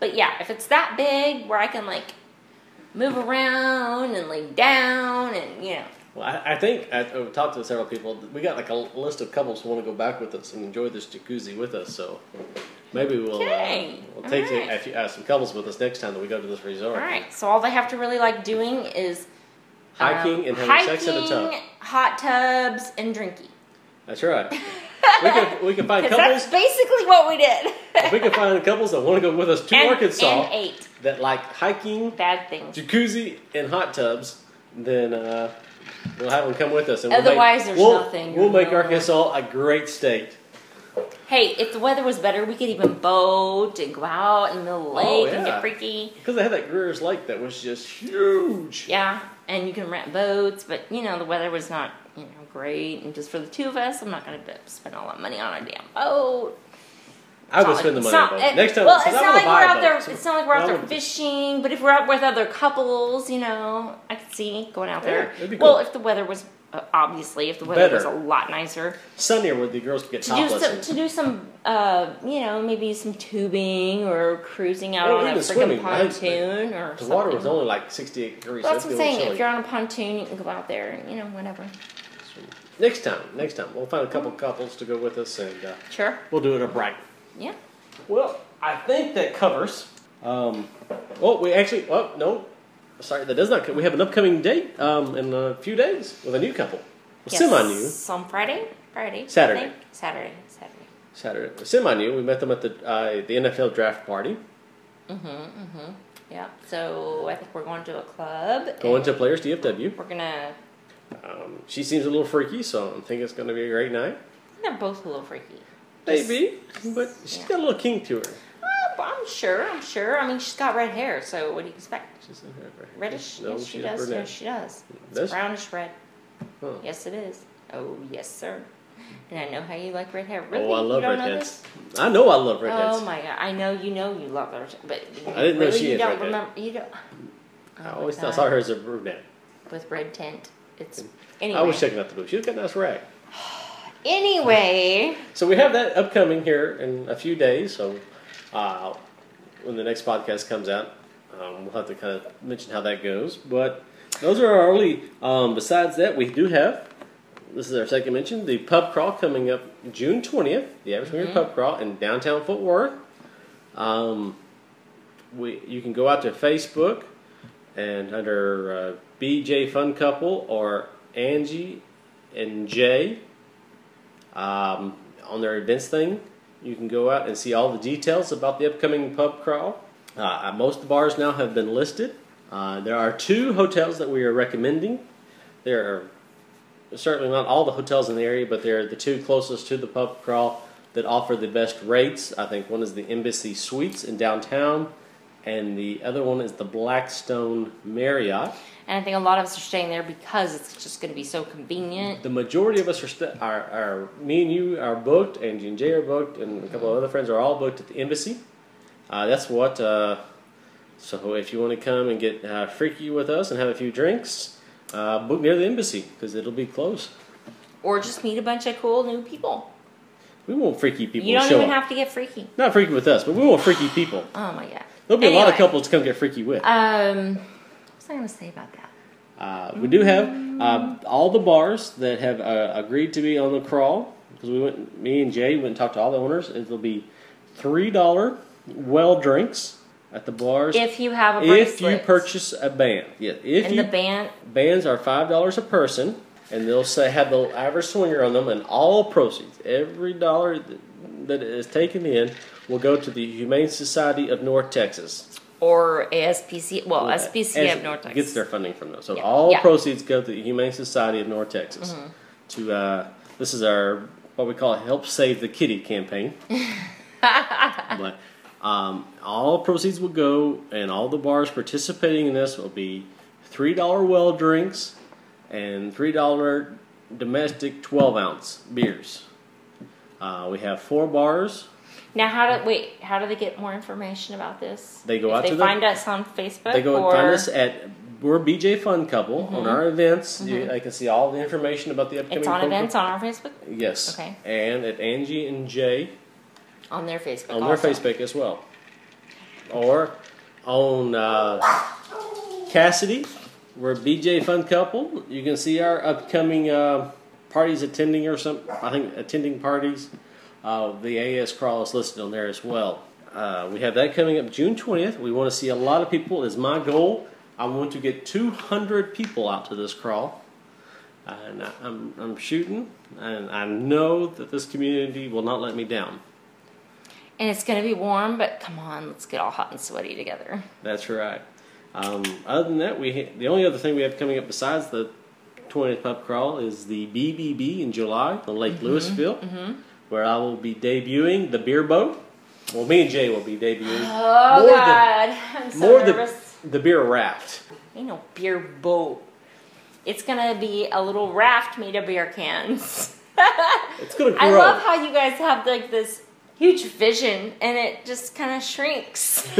Speaker 3: but yeah, if it's that big where I can like move around and lay down and you know,
Speaker 2: Well, I, I think I, I've talked to several people. We got like a l- list of couples who want to go back with us and enjoy this jacuzzi with us. So maybe we'll uh,
Speaker 3: Okay.
Speaker 2: we'll take
Speaker 3: Alright.
Speaker 2: a, few, uh, some couples with us next time that we go to this resort.
Speaker 3: all right. So all they have to really like doing is um,
Speaker 2: Hiking and having sex in a tub.
Speaker 3: hiking, hot tubs, and drinking. [LAUGHS]
Speaker 2: That's right. we can we can find
Speaker 3: 'Cause that's
Speaker 2: couples.
Speaker 3: basically what we did.
Speaker 2: we can find couples that want to go with us to
Speaker 3: and,
Speaker 2: Arkansas
Speaker 3: and eight
Speaker 2: that like hiking,
Speaker 3: bad things.
Speaker 2: jacuzzi, and hot tubs. then uh, we'll have them come with us. And
Speaker 3: Otherwise,
Speaker 2: we'll make,
Speaker 3: there's
Speaker 2: we'll,
Speaker 3: nothing.
Speaker 2: We'll make
Speaker 3: No.
Speaker 2: Arkansas a great state.
Speaker 3: Hey, if the weather was better, we could even boat and go out in the lake and
Speaker 2: Oh, yeah.
Speaker 3: get freaky.
Speaker 2: Because they had that Greer's Lake that was just huge.
Speaker 3: Yeah, and you can rent boats, but you know the weather was not you know great, and just for the two of us, I'm not gonna b- spend all that money on a damn boat.
Speaker 2: I would spend the money. on boat. Next time,
Speaker 3: well,
Speaker 2: since
Speaker 3: it's
Speaker 2: I
Speaker 3: not like
Speaker 2: wanna
Speaker 3: we're
Speaker 2: buy a
Speaker 3: out there.
Speaker 2: boat, so-
Speaker 3: It's not like we're
Speaker 2: I
Speaker 3: out there
Speaker 2: would-
Speaker 3: fishing, but if we're out with other couples, you know, I could see going out
Speaker 2: Yeah,
Speaker 3: there.
Speaker 2: that'd be
Speaker 3: Well,
Speaker 2: cool.
Speaker 3: if the weather was uh, obviously, if the weather
Speaker 2: Better.
Speaker 3: was a lot nicer,
Speaker 2: Sunnier where the girls could get
Speaker 3: to do
Speaker 2: topless.
Speaker 3: some,
Speaker 2: and-
Speaker 3: to do some, uh, you know, maybe some tubing or cruising out
Speaker 2: Or
Speaker 3: on a
Speaker 2: even
Speaker 3: freaking
Speaker 2: swimming, right?
Speaker 3: pontoon or
Speaker 2: The water was
Speaker 3: something.
Speaker 2: only like 68 degrees.
Speaker 3: Well,
Speaker 2: so
Speaker 3: that's what I'm
Speaker 2: it'd be a little
Speaker 3: saying. If
Speaker 2: chilly.
Speaker 3: you're on a pontoon, you can go out there and you know whatever.
Speaker 2: Next time, next time, we'll find a couple couples to go with us, and uh,
Speaker 3: Sure.
Speaker 2: we'll do it upright.
Speaker 3: Yeah.
Speaker 2: Well, I think that covers. Um, oh, we actually. Oh no, sorry, that does not. co- We have an upcoming date um, in a few days with a new couple,
Speaker 3: Yes.
Speaker 2: semi-new.
Speaker 3: On Friday. Friday. I
Speaker 2: Saturday.
Speaker 3: think. Saturday. Saturday.
Speaker 2: Saturday, semi-new. We met them at the uh, the NFL draft party.
Speaker 3: Yeah. So I think we're going to a club.
Speaker 2: Going
Speaker 3: and
Speaker 2: to Players DFW.
Speaker 3: We're gonna.
Speaker 2: Um, she seems a little freaky, so I think it's going to be a great night.
Speaker 3: They're both a little freaky.
Speaker 2: Maybe, but she's got a little kink to her.
Speaker 3: Uh, but I'm sure. I'm sure. I mean, she's got red hair, so what do you expect?
Speaker 2: She's a-
Speaker 3: Reddish?
Speaker 2: No,
Speaker 3: yes, she
Speaker 2: she's a
Speaker 3: does.
Speaker 2: brunette.
Speaker 3: Yes, she does. It's
Speaker 2: Does she?
Speaker 3: brownish red.
Speaker 2: Huh.
Speaker 3: Yes, it is. Oh, yes, sir. And I know how you like red hair. Really?
Speaker 2: Oh, I love
Speaker 3: you don't know
Speaker 2: redheads.
Speaker 3: this?
Speaker 2: I know I love redheads.
Speaker 3: Oh my god! I know you know you love her, but
Speaker 2: I didn't know
Speaker 3: really
Speaker 2: she
Speaker 3: you
Speaker 2: is
Speaker 3: don't
Speaker 2: redhead.
Speaker 3: remember. You don't. Oh
Speaker 2: I
Speaker 3: my
Speaker 2: always
Speaker 3: God.
Speaker 2: thought, saw her as a brunette.
Speaker 3: with red tint. It's anyway.
Speaker 2: I was checking out the blue. She's got a nice rag.
Speaker 3: Anyway,
Speaker 2: So we have that upcoming here in a few days. So uh, when the next podcast comes out, um, we'll have to kind of mention how that goes. But those are our only. Um, besides that, we do have. This is our second mention. The pub crawl coming up June twentieth. The Average Premier Pub Crawl in downtown Fort Worth. Um, we you can go out to Facebook and under uh, BJ Fun Couple or Angie and Jay um, on their events thing. You can go out and see all the details about the upcoming pub crawl. Uh, most of the bars now have been listed. Uh, there are two hotels that we are recommending. There are certainly not all the hotels in the area, but they're the two closest to the pub crawl that offer the best rates. I think one is the Embassy Suites in downtown, and the other one is the Blackstone Marriott.
Speaker 3: and I think a lot of us are staying there because it's just going to be so convenient.
Speaker 2: The majority of us are, st- are, are me and you are booked, Angie and Jay are booked, and a couple of other friends are all booked at the embassy. Uh, that's what. Uh, so if you want to come and get uh, freaky with us and have a few drinks, uh, book near the embassy because it'll be close.
Speaker 3: Or just meet a bunch of cool new people.
Speaker 2: We want freaky people.
Speaker 3: you
Speaker 2: to
Speaker 3: don't
Speaker 2: show
Speaker 3: even
Speaker 2: up.
Speaker 3: have to get freaky.
Speaker 2: not freaky with us, but we want freaky people.
Speaker 3: Oh my god.
Speaker 2: There'll be a lot of
Speaker 3: Anyway,
Speaker 2: couples to come get freaky with.
Speaker 3: Um, what was I going to say about that?
Speaker 2: Uh, we do have uh, all the bars that have uh, agreed to be on the crawl because we went. Me and Jay went and talked to all the owners. It'll be three dollar well drinks at the bars
Speaker 3: If you have a
Speaker 2: if you
Speaker 3: bracelet
Speaker 2: purchase a band. Yeah, if
Speaker 3: and
Speaker 2: you
Speaker 3: the band,
Speaker 2: bands are five dollars a person, and they'll say have the average swinger on them, and all proceeds, every dollar th- that is taken in, will go to the Humane Society of North Texas.
Speaker 3: or ASPC, well, SPCA of
Speaker 2: As-
Speaker 3: North Texas.
Speaker 2: gets their funding from those. So
Speaker 3: Yeah.
Speaker 2: all
Speaker 3: Yeah. Mm-hmm.
Speaker 2: proceeds go to the Humane Society of North Texas. To uh, this is our what we call "Help Save the
Speaker 3: [LAUGHS]
Speaker 2: Kitty" campaign. but um, all proceeds will go, and all the bars participating in this will be three dollar well drinks and three dollar domestic twelve ounce beers. Uh, we have four bars.
Speaker 3: Now, how do wait? How do they get more information about this?
Speaker 2: They go
Speaker 3: If
Speaker 2: out
Speaker 3: they
Speaker 2: to the-
Speaker 3: find us on Facebook.
Speaker 2: They go
Speaker 3: or, Mm-hmm.
Speaker 2: and find us at we're BJ Fun Couple on our events. You, they can see all the information about the upcoming.
Speaker 3: It's on
Speaker 2: program.
Speaker 3: events on our Facebook,
Speaker 2: Yes.
Speaker 3: Okay.
Speaker 2: And at Angie and Jay
Speaker 3: on their Facebook.
Speaker 2: on
Speaker 3: also.
Speaker 2: their Facebook as well, or on uh, Cassidy. We're BJ Fun Couple. You can see our upcoming uh, parties attending or some. I think attending parties. Uh, the AS crawl is listed on there as well. Uh, we have that coming up June 20th. We want to see a lot of people. Is my goal. I want to get 200 people out to this crawl, and I, I'm I'm shooting, and I know that this community will not let me down.
Speaker 3: And it's gonna be warm, but come on, let's get all hot and sweaty together.
Speaker 2: That's right. Um, other than that, we ha- the only other thing we have coming up besides the 20th pub crawl is the BBB in July on Lake
Speaker 3: Mm-hmm.
Speaker 2: Louisville, where I will be debuting the beer boat. Well, me and Jay will be debuting
Speaker 3: Oh
Speaker 2: more
Speaker 3: God, I'm so
Speaker 2: the more the,
Speaker 3: nervous.
Speaker 2: the beer raft.
Speaker 3: Ain't no beer boat. It's gonna be a little raft made of beer cans. [LAUGHS]
Speaker 2: It's gonna grow.
Speaker 3: I love how you guys have like this huge vision and it just kind of shrinks, [LAUGHS]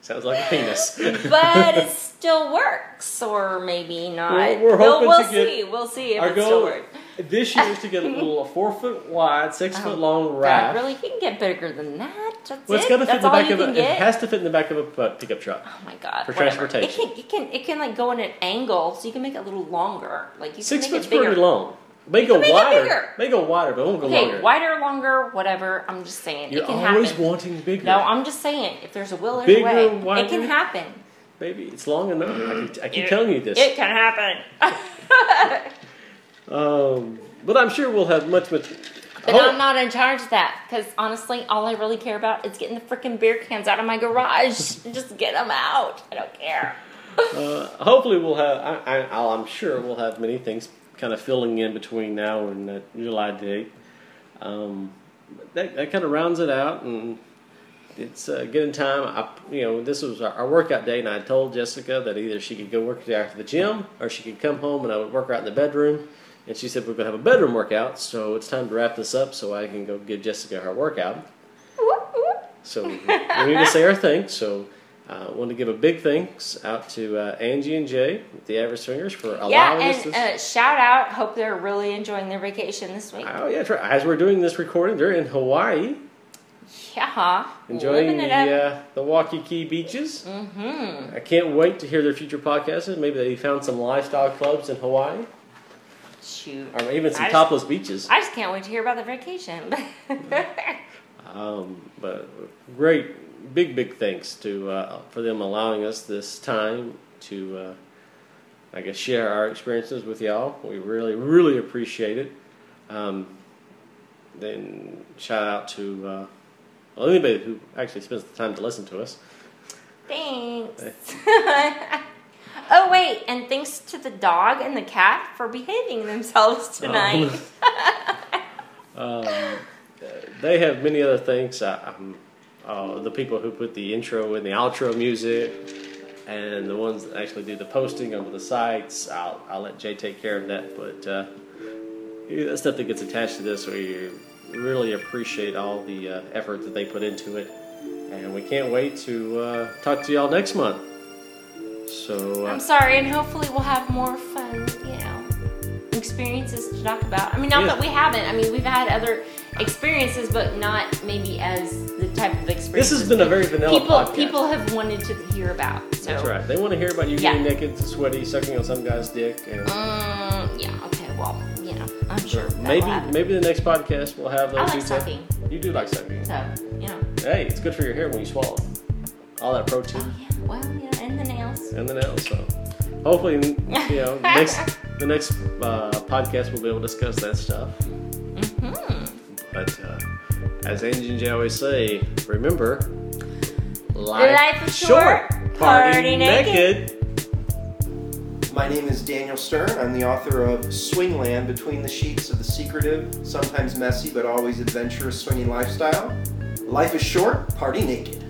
Speaker 2: Sounds like
Speaker 3: [LAUGHS]
Speaker 2: a penis.
Speaker 3: but it still works, or maybe not.
Speaker 2: We're- we're
Speaker 3: We'll-
Speaker 2: hoping
Speaker 3: we'll
Speaker 2: to get-
Speaker 3: see. We'll see if
Speaker 2: Our
Speaker 3: it still
Speaker 2: goal
Speaker 3: works.
Speaker 2: this year is
Speaker 3: [LAUGHS]
Speaker 2: to get a little four foot wide, six foot long
Speaker 3: Oh, God,
Speaker 2: raft.
Speaker 3: really, you can get bigger than that. That's
Speaker 2: Well, it's
Speaker 3: it.
Speaker 2: got to fit in
Speaker 3: That's
Speaker 2: the
Speaker 3: all
Speaker 2: back
Speaker 3: you
Speaker 2: of a.
Speaker 3: can
Speaker 2: It
Speaker 3: get.
Speaker 2: has to fit in the back of a uh, pickup truck.
Speaker 3: Oh my god! whatever.
Speaker 2: for transportation.
Speaker 3: It can, it can, it can like go in an angle, so you can make it a little longer. Like you
Speaker 2: Six
Speaker 3: can make
Speaker 2: foot's
Speaker 3: it bigger.
Speaker 2: pretty long. Make it
Speaker 3: make it
Speaker 2: wider.
Speaker 3: bigger.
Speaker 2: Make it wider, but it won't go
Speaker 3: Okay,
Speaker 2: longer.
Speaker 3: wider, longer, whatever. I'm just saying
Speaker 2: You're
Speaker 3: it can
Speaker 2: always
Speaker 3: happen.
Speaker 2: wanting bigger.
Speaker 3: No, I'm just saying if there's a will, there's
Speaker 2: Bigger,
Speaker 3: a way.
Speaker 2: wider.
Speaker 3: It can happen.
Speaker 2: Baby, it's long enough. I keep, I keep
Speaker 3: It-
Speaker 2: telling you this.
Speaker 3: It can happen. [LAUGHS]
Speaker 2: um, but I'm sure we'll have much, much.
Speaker 3: But
Speaker 2: Oh,
Speaker 3: I'm not in charge of that because honestly, all I really care about is getting the freaking beer cans out of my
Speaker 2: [LAUGHS]
Speaker 3: garage. just get them out. I don't care.
Speaker 2: uh, hopefully, we'll have. I, I, I'll, I'm sure we'll have many things kind of filling in between now and that July date. Um, but that, that kind of rounds it out, and it's uh, getting time. I, you know, this was our, our workout day, and I told Jessica that either she could go work out after the gym, or she could come home and I would work out in the bedroom. And she said we're gonna have a bedroom workout, so it's time to wrap this up so I can go give Jessica her workout.
Speaker 3: Whoop, whoop.
Speaker 2: So we need to say our thanks. So I uh, want to give a big thanks out to uh, Angie and Jay, at the Average Swingers, for allowing
Speaker 3: Yeah,
Speaker 2: us
Speaker 3: and
Speaker 2: this.
Speaker 3: uh, shout out. Hope they're really enjoying their vacation this week.
Speaker 2: oh yeah, that's right. as we're doing this recording, they're in Hawaii,
Speaker 3: Yeah,
Speaker 2: enjoying
Speaker 3: living
Speaker 2: the
Speaker 3: it up. Mm.
Speaker 2: uh, the Waikiki beaches. Mm-hmm. I can't wait to hear their future podcasts. Maybe they found some lifestyle clubs in Hawaii,
Speaker 3: Shoot,
Speaker 2: or even some
Speaker 3: I just-
Speaker 2: topless beaches.
Speaker 3: I just can't wait to hear about the vacation. [LAUGHS]
Speaker 2: Um, but great, big, big thanks to uh, for them allowing us this time to, uh, I guess, share our experiences with y'all. We really, really appreciate it. Um, then shout out to uh, well, anybody who actually spends the time to listen to us.
Speaker 3: Thanks. [LAUGHS] oh wait, and thanks to the dog and the cat for behaving
Speaker 2: Oh.
Speaker 3: themselves
Speaker 2: [LAUGHS]
Speaker 3: tonight.
Speaker 2: Um, they have many other things. I, um, uh, the people who put the intro and the outro music, and the ones that actually do the posting over the sites. I'll, I'll let Jay take care of that. But uh, yeah, that stuff that gets attached to this, we really appreciate all the uh, effort that they put into it, and we can't wait to uh, talk to y'all next month. So uh,
Speaker 3: I'm sorry, and hopefully we'll have more fun, you know, experiences to talk about. I mean, not
Speaker 2: Yeah.
Speaker 3: that we haven't. I mean, we've had other experiences, but not maybe as the type of
Speaker 2: this
Speaker 3: experience
Speaker 2: has been a very vanilla
Speaker 3: people
Speaker 2: podcast.
Speaker 3: people have wanted to hear about. So,
Speaker 2: That's right. They want to hear about you
Speaker 3: Yeah.
Speaker 2: getting naked, sweaty, sucking on some guy's dick, and.
Speaker 3: um, yeah, okay, well, you know, I'm sure that'll
Speaker 2: Maybe
Speaker 3: happen.
Speaker 2: maybe the next podcast we'll have those
Speaker 3: I like
Speaker 2: details.
Speaker 3: sucking,
Speaker 2: You do like sucking.
Speaker 3: so you know.
Speaker 2: Hey, it's good for your hair when you swallow. All that protein
Speaker 3: Oh yeah, well, yeah, and the nails.
Speaker 2: and the nails. So hopefully, you know,
Speaker 3: [LAUGHS]
Speaker 2: the next the next uh, podcast we'll be able to discuss that stuff.
Speaker 3: Hmm.
Speaker 2: But uh, as Angie and Jay always say, remember,
Speaker 3: Life is short, party naked.
Speaker 4: My name is Daniel Stern. I'm the author of Swingland Between the Sheets of the Secretive, sometimes messy but always adventurous swinging lifestyle. Life is short, party naked.